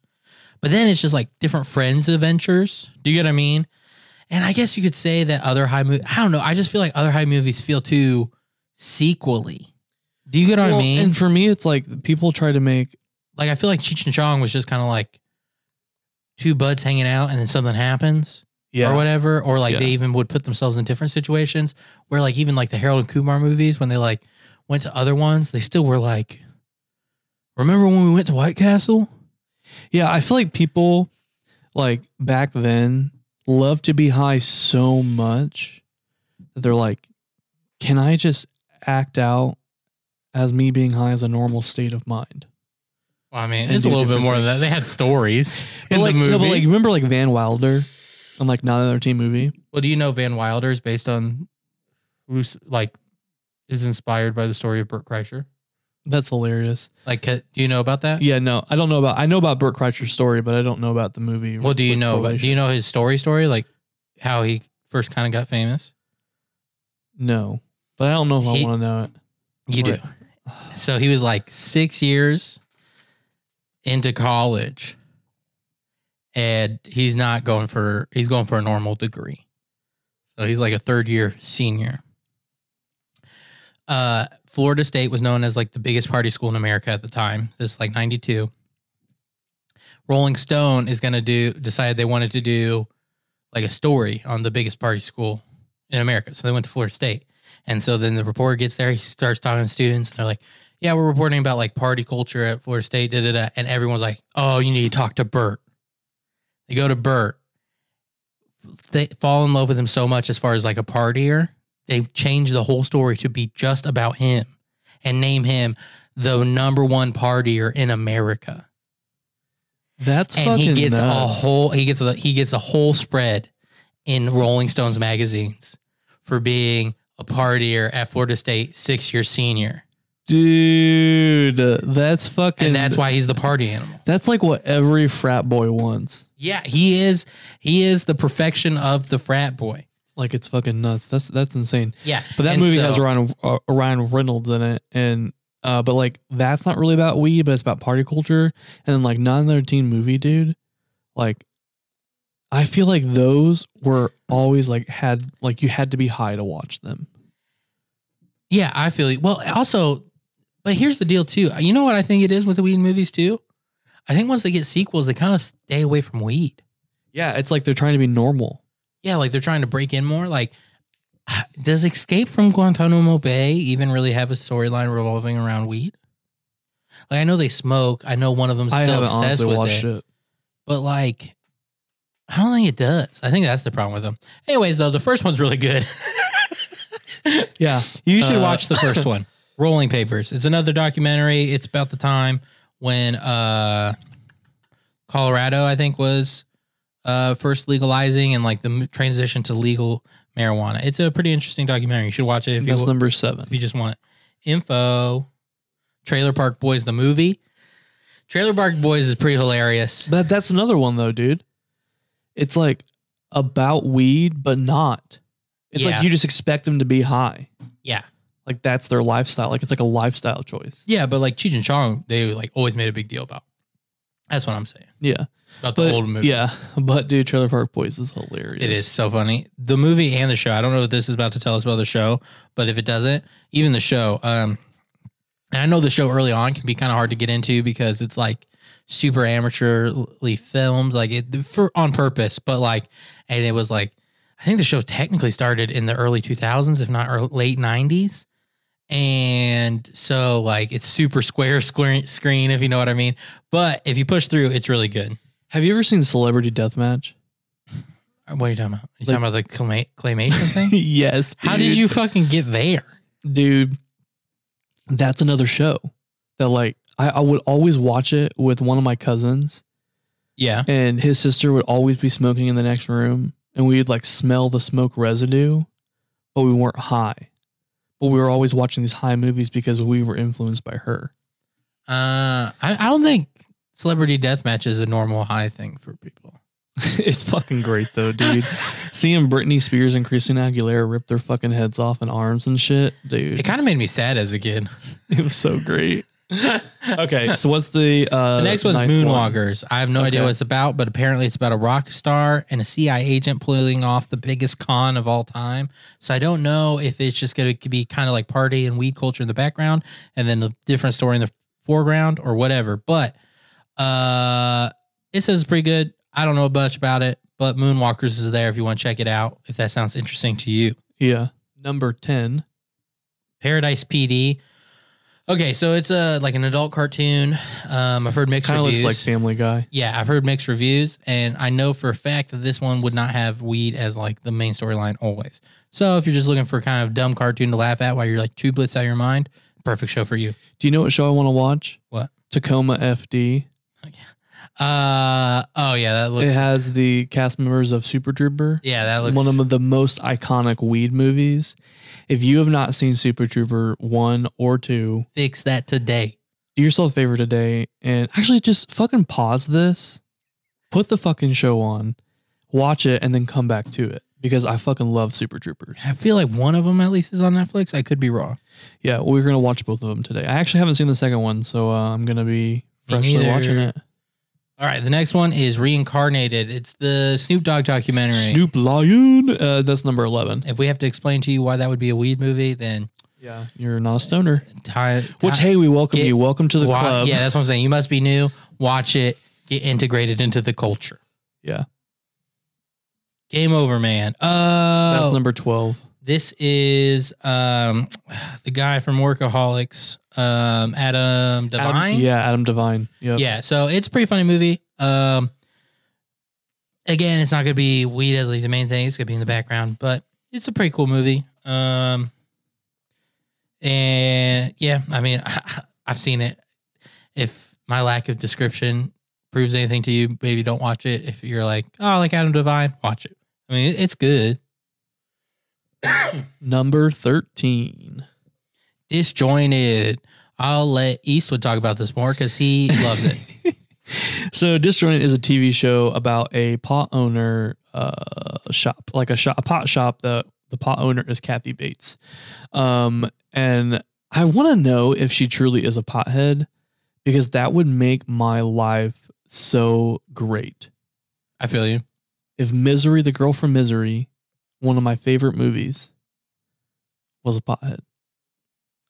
but then it's just like different friends' adventures. Do you get what I mean? And I guess you could say that other high movie. I don't know. I just feel like other high movies feel too sequely. Do you get what I
Well,
mean?
And for me, it's like people try to make.
like I feel like Cheech and Chong was just kind of like two buds hanging out, and then something happens
Yeah.
or whatever, or like
Yeah.
they even would put themselves in different situations where like even like the Harold and Kumar movies when they like went to other ones, they still were like, remember when we went to White Castle?
Yeah, I feel like people like back then love to be high so much that they're like, can I just act out as me being high as a normal state of mind?
Well, I mean,
And do different things.
had stories
But, like, no, but like remember like Van Wilder and like not another teen movie?
well, do you know Van Wilder is based on who's like is inspired by the story of Burt Kreischer?
That's hilarious.
Like, do you know about that?
Yeah, no, I don't know about I know about Burt Kreischer's story, but I don't know about the movie.
Well, do you
with
know? But do
correlation.
you know his story? Story like how he first kind of got famous.
No, but I don't know if
He-
I want to know it.
You do.
Right.
So he was like six years into college, and he's not going for he's going for a normal degree. So he's like a third year senior. Uh, Florida State was known as like the biggest party school in America at the time. This is like ninety two. Rolling Stone is gonna do decided they wanted to do like a story on the biggest party school in America. So they went to Florida State. And so then the reporter gets there, he starts talking to students, and they're like, Yeah, we're reporting about like party culture at Florida State, da da da. And everyone's like, Oh, you need to talk to Bert. They go to Bert. They fall in love with him so much as far as like a partier, they change the whole story to be just about him and name him the number one partier in America.
That's
and
fucking
he gets a
nuts.
whole he gets a he gets a whole spread in Rolling Stones magazines for being a partier at Florida State six year senior.
Dude, that's fucking.
and that's why he's the party animal.
That's like what every frat boy wants.
Yeah, he is. He is the perfection of the frat boy.
Like it's fucking nuts. That's that's insane.
Yeah,
But that
and
movie
so-
has Ryan uh, Ryan Reynolds in it, and uh, but like that's not really about weed, but it's about party culture. And then like not another teen movie, dude. Like, I feel like those were always like had like you had to be high to watch them.
Yeah, I feel you. Well, also, but here's the deal too. You know what I think it is with the weed movies too. I think once they get sequels, they kind of stay away from weed.
Yeah, it's like they're trying to be normal.
Yeah, like they're trying to break in more. Like, does Escape from Guantanamo Bay even really have a storyline revolving around weed? Like, I know they smoke. I know one of them's
I
still
haven't
obsessed
honestly
with
watched
it.
it.
but like I don't think it does. I think that's the problem with them. Anyways, though, the first one's really good.
Yeah,
you should
Uh,
watch the first one, Rolling Papers. It's another documentary. It's about the time when uh Colorado, I think, was uh first legalizing and like the m- transition to legal marijuana. It's a pretty interesting documentary. You should watch it if
that's
you
number seven.
if you just want info. Trailer Park Boys the movie. Trailer Park Boys is pretty hilarious.
But that's another one though, dude. It's like about weed, but not. It's
Yeah.
like you just expect them to be high.
Yeah.
Like that's their lifestyle. Like it's like a lifestyle choice.
Yeah, but like Cheech and Chong, they like always made a big deal about. That's what I'm saying
Yeah.
about the
But
old movies.
yeah. But dude, Trailer Park Boys is hilarious.
it is so funny. The movie and the show. I don't know what this is about to tell us about the show, but if it doesn't, even the show. Um, and I know the show early on can be kind of hard to get into because it's like super amateurly filmed, like it for on purpose. But like, and it was like, I think the show technically started in the early 2000s, if not early, late 90s. And so, like, it's super square square screen, if you know what I mean. But if you push through, it's really good.
Have you ever seen Celebrity Deathmatch?
What are you talking about? You talking about the clama- claymation thing?
yes.
How did
dude.
you fucking get there?
dude? That's another show that like I, I would always watch it with one of my cousins,
Yeah.
and his sister would always be smoking in the next room, and we'd like smell the smoke residue, but we weren't high. But we were always watching these high movies because we were influenced by her.
Uh, I, I don't think celebrity deathmatch is a normal high thing for people.
it's fucking great though, dude. Seeing Britney Spears and Christina Aguilera rip their fucking heads off and arms and shit, dude.
It kind of made me sad as a kid.
It was so great. Okay, so what's the uh
The next one's
ninth One?
Moonwalkers. I have no idea
Okay.
what it's about, but apparently it's about a rock star and a CIA agent pulling off the biggest con of all time. So I don't know if it's just going to be kind of like party and weed culture in the background and then a different story in the foreground or whatever. But uh it says it's pretty good. I don't know much about it, but Moonwalkers is there if you want to check it out, if that sounds interesting to you.
Yeah. Number 10.
Paradise PD. Okay, so it's a like an adult cartoon. Um, I've heard mixed
Kind of looks
reviews.
like Family Guy.
Yeah, I've heard mixed reviews, and I know for a fact that this one would not have weed as like the main storyline always. So if you're just looking for kind of dumb cartoon to laugh at while you're like two blitz out of your mind, perfect show for you.
Do you know what show I want to watch?
What?
Tacoma FD.
Uh oh yeah, that
it
looks
has the cast members of Super Trooper.
yeah that looks
one of the most iconic weed movies. If you have not seen Super Trooper 1 or 2,
fix that today.
do yourself a favor today and actually just fucking pause this, put the fucking show on, watch it, and then come back to it because I fucking love Super Troopers.
I feel like one of them at least is on Netflix. I could be wrong.
Yeah, we're gonna watch both of them today. I actually haven't seen the second one, so uh, I'm gonna be
Me
freshly
neither.
watching it.
All right, the next one is Reincarnated. It's the Snoop Dogg documentary.
Snoop Lion, uh, that's number eleven.
If we have to explain to you why that would be a weed movie, then
Yeah, you're not a stoner.
tie,
Which
tie-
hey, we welcome
Yeah.
you. Welcome to the
Why-
club.
Yeah, that's what I'm saying. You must be new. Watch it. Get integrated into the culture.
Yeah.
Game over, man. Uh,
that's number twelve.
this is um the guy from Workaholics, um Adam
Adam-
Devine.
yeah, Adam Devine. Yep.
Yeah, so it's a pretty funny movie. Um, again, it's not gonna be weed as like the main thing. It's gonna be in the background, but it's a pretty cool movie. Um, and yeah, I mean, I, I've seen it. If my lack of description proves anything to you, maybe don't watch it. If you're like, oh, like Adam Devine, watch it. I mean, it's good.
Number thirteen.
Disjointed. I'll let Eastwood talk about this more because he loves it.
so Disjointed is a TV show about a pot owner uh, shop, like a shop, a pot shop. The the pot owner is Kathy Bates, um, and I want to know if she truly is a pothead because that would make my life so great.
I feel you.
If Misery, the girl from Misery, one of my favorite movies, was a pothead.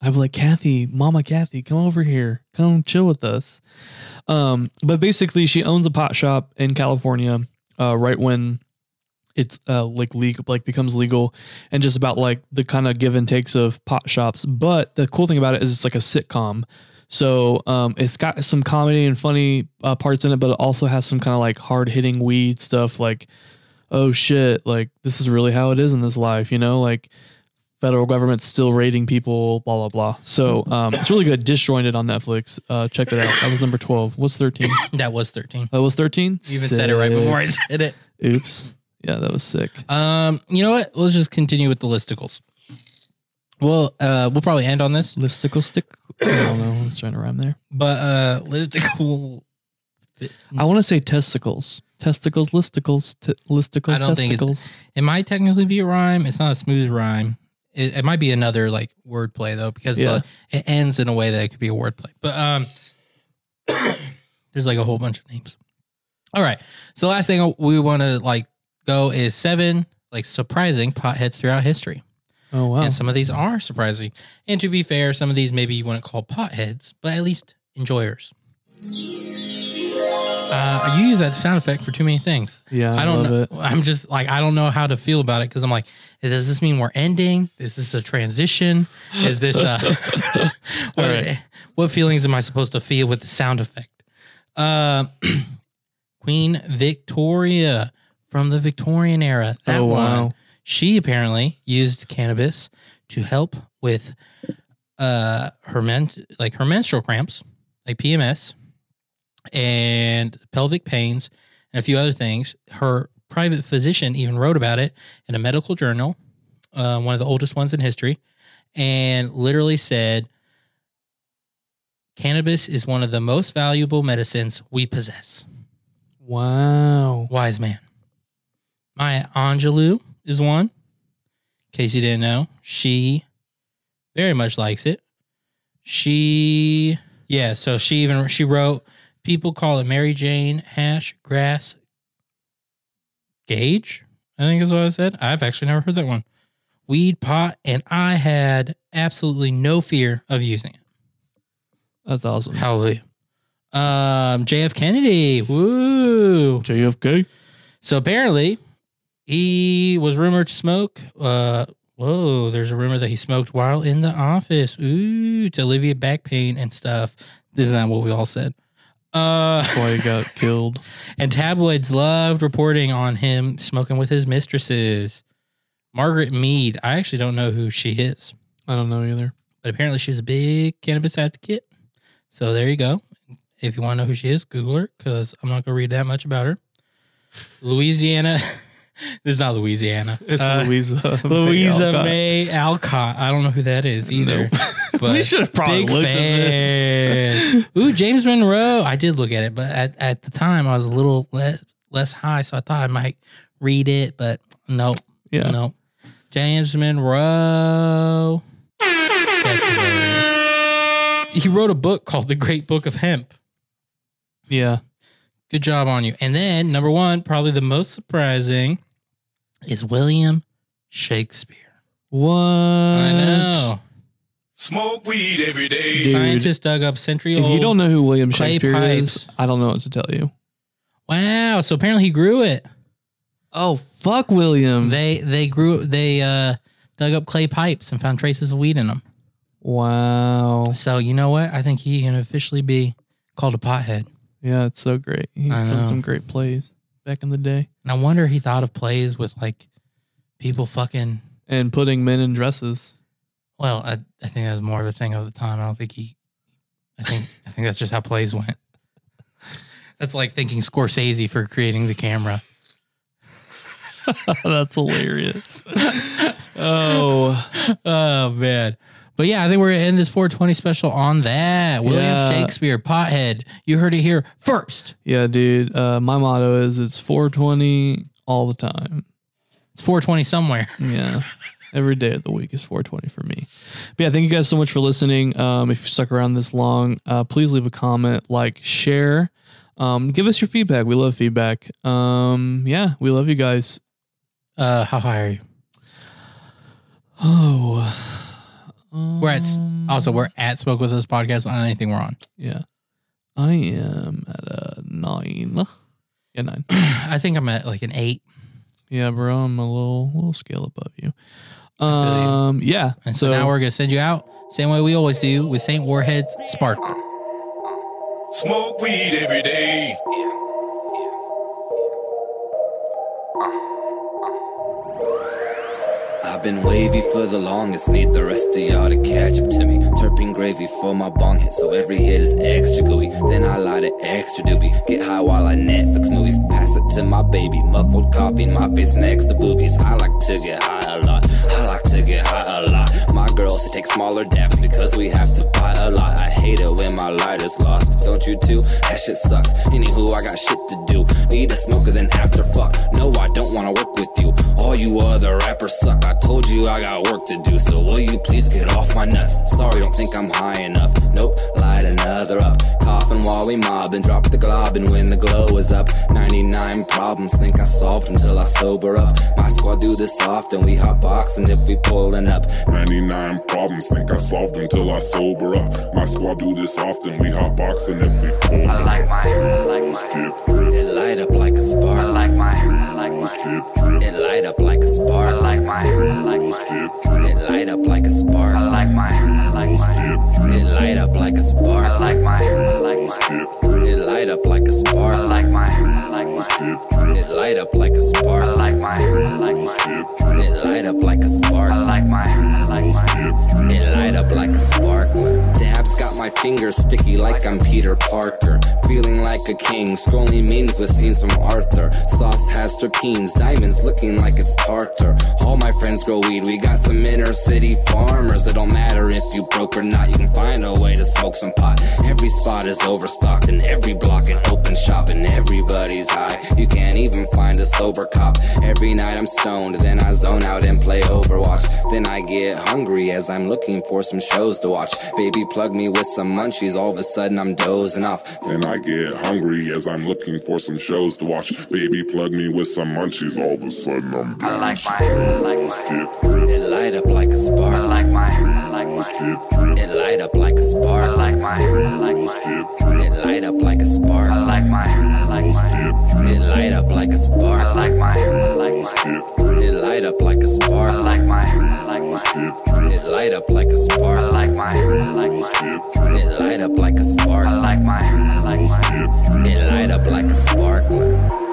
I'd be like, Kathy, Mama Kathy, come over here. Come chill with us. Um, but basically, she owns a pot shop in California, uh, right when it's uh, like legal, like becomes legal, and just about like the kind of give and takes of pot shops. But the cool thing about it is it's like a sitcom. So um, it's got some comedy and funny uh, parts in it, but it also has some kind of like hard hitting weed stuff like, oh shit, like this is really how it is in this life, you know? Like federal government's still raiding people, blah, blah, blah. So
Mm-hmm.
um, it's really good. Disjointed on Netflix. Uh, check that out. That was number 12. What's 13?
That was 13.
That was 13?
You even said it right before I said it.
Oops. Yeah, that was sick.
Um, you know what? Let's just continue with the listicles. Well, uh, we'll probably end on this,
Listicle stick. I don't know. I was trying to rhyme there.
but uh, listicle.
I want to say testicles. Testicles, listicles, t- listicles,
I don't think it's-
testicles.
It might technically be a rhyme. It's not a smooth rhyme. It, it might be another like wordplay though, because
Yeah.
the, it ends in a way that it could be a wordplay. But um, there's like a whole bunch of names. All right. So the last thing we want to like go is seven like surprising potheads throughout history.
oh, wow.
And some of these are surprising. And to be fair, some of these maybe you wouldn't call potheads, but at least enjoyers. Uh, you use that sound effect for too many things.
Yeah,
I, don't
love
know.
it.
I'm just like I don't know how to feel about it because I'm like, does this mean we're ending? Is this a transition? Is this a what,
All right.
what feelings am I supposed to feel with the sound effect? Uh, Queen Victoria from the Victorian era. That
Oh,
one.
wow.
She apparently used cannabis to help with uh her men like her menstrual cramps, like PMS, and pelvic pains, and a few other things. Her private physician even wrote about it in a medical journal, uh, one of the oldest ones in history, and literally said, "Cannabis is one of the most valuable medicines we possess."
Wow.
wise man. Maya Angelou is one. In case you didn't know, she very much likes it. She yeah, so she even she wrote people call it Mary Jane hash grass gauge. I think is what I said. I've actually never heard that one. Weed pot and I had absolutely no fear of using it.
That's awesome.
Hallelujah. Um JF Kennedy. Woo.
JFK.
So apparently, he was rumored to smoke. Uh, whoa, there's a rumor that he smoked while in the office. Ooh, to alleviate back pain and stuff. Isn't that what we all said? Uh,
That's why he got killed.
and tabloids loved reporting on him smoking with his mistresses. Margaret Mead. I actually don't know who she is,
I don't know either.
but apparently she's a big cannabis advocate. So there you go. If you want to know who she is, Google her because I'm not going to read that much about her. Louisiana. this is not Louisiana.
It's
Uh,
Louisa.
Louisa May Alcott. I don't know who that is either. But
we should have probably
big
looked at this.
fan. Ooh, James Monroe. I did look at it, but at, at the time I was a little less less high, so I thought I might read it, but nope.
Yeah.
Nope. James Monroe. That's hilarious. He wrote a book called The Great Book of Hemp.
Yeah.
Good job on you. And then number one, probably the most surprising, is William Shakespeare.
What?
I know.
Smoke weed every day.
Dude.
Scientists dug up century
If
old.
you don't know who William
clay
Shakespeare
pipes.
is, I don't know what to tell you.
Wow. So apparently he grew it.
Oh fuck, William!
They they grew they uh dug up clay pipes and found traces of weed in them.
wow.
So you know what? I think he can officially be called a pothead.
Yeah, it's so great. He
I know.
done some great plays back in the day,
And I wonder he thought of plays with like people fucking.
and putting men in dresses.
Well, I, I think that was more of a thing of the time. I don't think he. I think I think that's just how plays went. That's like thinking Scorsese for creating the camera.
That's hilarious. oh,
oh man. But yeah, I think we're gonna end this 420 special on that. William
Yeah.
Shakespeare, pothead. You heard it here first.
yeah, dude. Uh, my motto is it's 420 all the time.
It's 420 somewhere.
Yeah. Every day of the week is 420 for me. But yeah, thank you guys so much for listening. Um, if you stuck around this long, uh, please leave a comment, like, share, um, give us your feedback. We love feedback. Um, yeah, we love you guys.
Uh, how high are you?
Oh,
We're at s- oh.
Um,
also we're at Smoke with Us podcast on anything we're on.
yeah. I am at a nine. Yeah, nine.
I think I'm at like an eight.
Yeah, bro, I'm a little little scale above you.
feel you.
Um, yeah.
And so, now we're gonna send you out same way we always do with Saint Warhead's Sparkle.
Smoke weed every day.
I've been wavy for the longest, need the rest of y'all to catch up to me. Turping gravy for my bong hit, so every hit is extra gooey. Then I light it extra doobie, get high while I Netflix movies. Pass it to my baby, muffled coffee, my face next to boobies. I like to get high a lot, I like to get high a lot. My girls, they take smaller dabs because we have to buy a lot. I hate it when my lighter's lost, don't you too? That shit sucks. Anywho, I got shit to do. Need a smoker, then after fuck. No, I don't wanna work with you. All you other rappers suck. I told you I got work to do, so will you please get off my nuts? Sorry, don't think I'm high enough. Nope, lied enough. another up. Coughing while we mob and drop the glob, and when the glow is up, 99 problems think I solved until I sober up. My squad do this often, we hot boxing if we pulling up.
99 problems, think I solved them till I sober up. My squad do this often, we hot boxing if we pull. I
like my- I like my-
Dip drip,
It light up like a spark.
I like my, I like
Rolls
my,
dip drip,
It light up like a
I
spark.
like my, I like
Rolls
my,
dip drip,
It light up like a spark.
I like my, I like
Rolls
my,
dip drip,
It light up like a
I
spark.
like my, I like
Rolls
my,
dip drip,
It light up like a
I
spark.
like my, I like
Rolls
my,
dip drip,
It light up like a
I
spark.
like my, I like
Rolls
my,
dip drip,
It light up like a
I
spark.
like my, I like
Rolls
my,
dip drip.
It light up like a spark. Dabs got my fingers sticky like I'm Peter Parker. Feeling like a king, scrolling memes with scenes from Arthur. Sauce has terpenes, diamonds looking like it's tartar. All my friends grow weed, we got some inner city farmers. It don't matter if you broke or not, you can find a way to smoke some pot. Every spot is overstocked, and every block an open shop, and everybody's high. You can't even find a sober cop. Every night I'm stoned, then I zone out and play Overwatch. Then I get hungry as I'm looking for some shows to watch. Baby, plug me with some munchies. All of a sudden, I'm dozing off.
Then I get hungry as I'm looking for some shows to watch. Baby, plug me with some munchies. All of a sudden, I'm
I
down.
like my, I like my,
Dip drip,
It light up like a
I
spark.
like my, I like my,
dip drip,
It light up like a
I
spark.
like my, I like my,
dip drip,
It light up like a
I
spark.
like my, I like my,
dip drip,
It light up like a
I
spark.
like my, I like my,
dip drip,
It light up like a
I
spark.
like my, I like my,
dip drip,
It light up like a
I
spark.
like my, I like my,
dip drip,
It light up like a
I
spark.
like my, I like my.
dip drip.
It light up like a spark.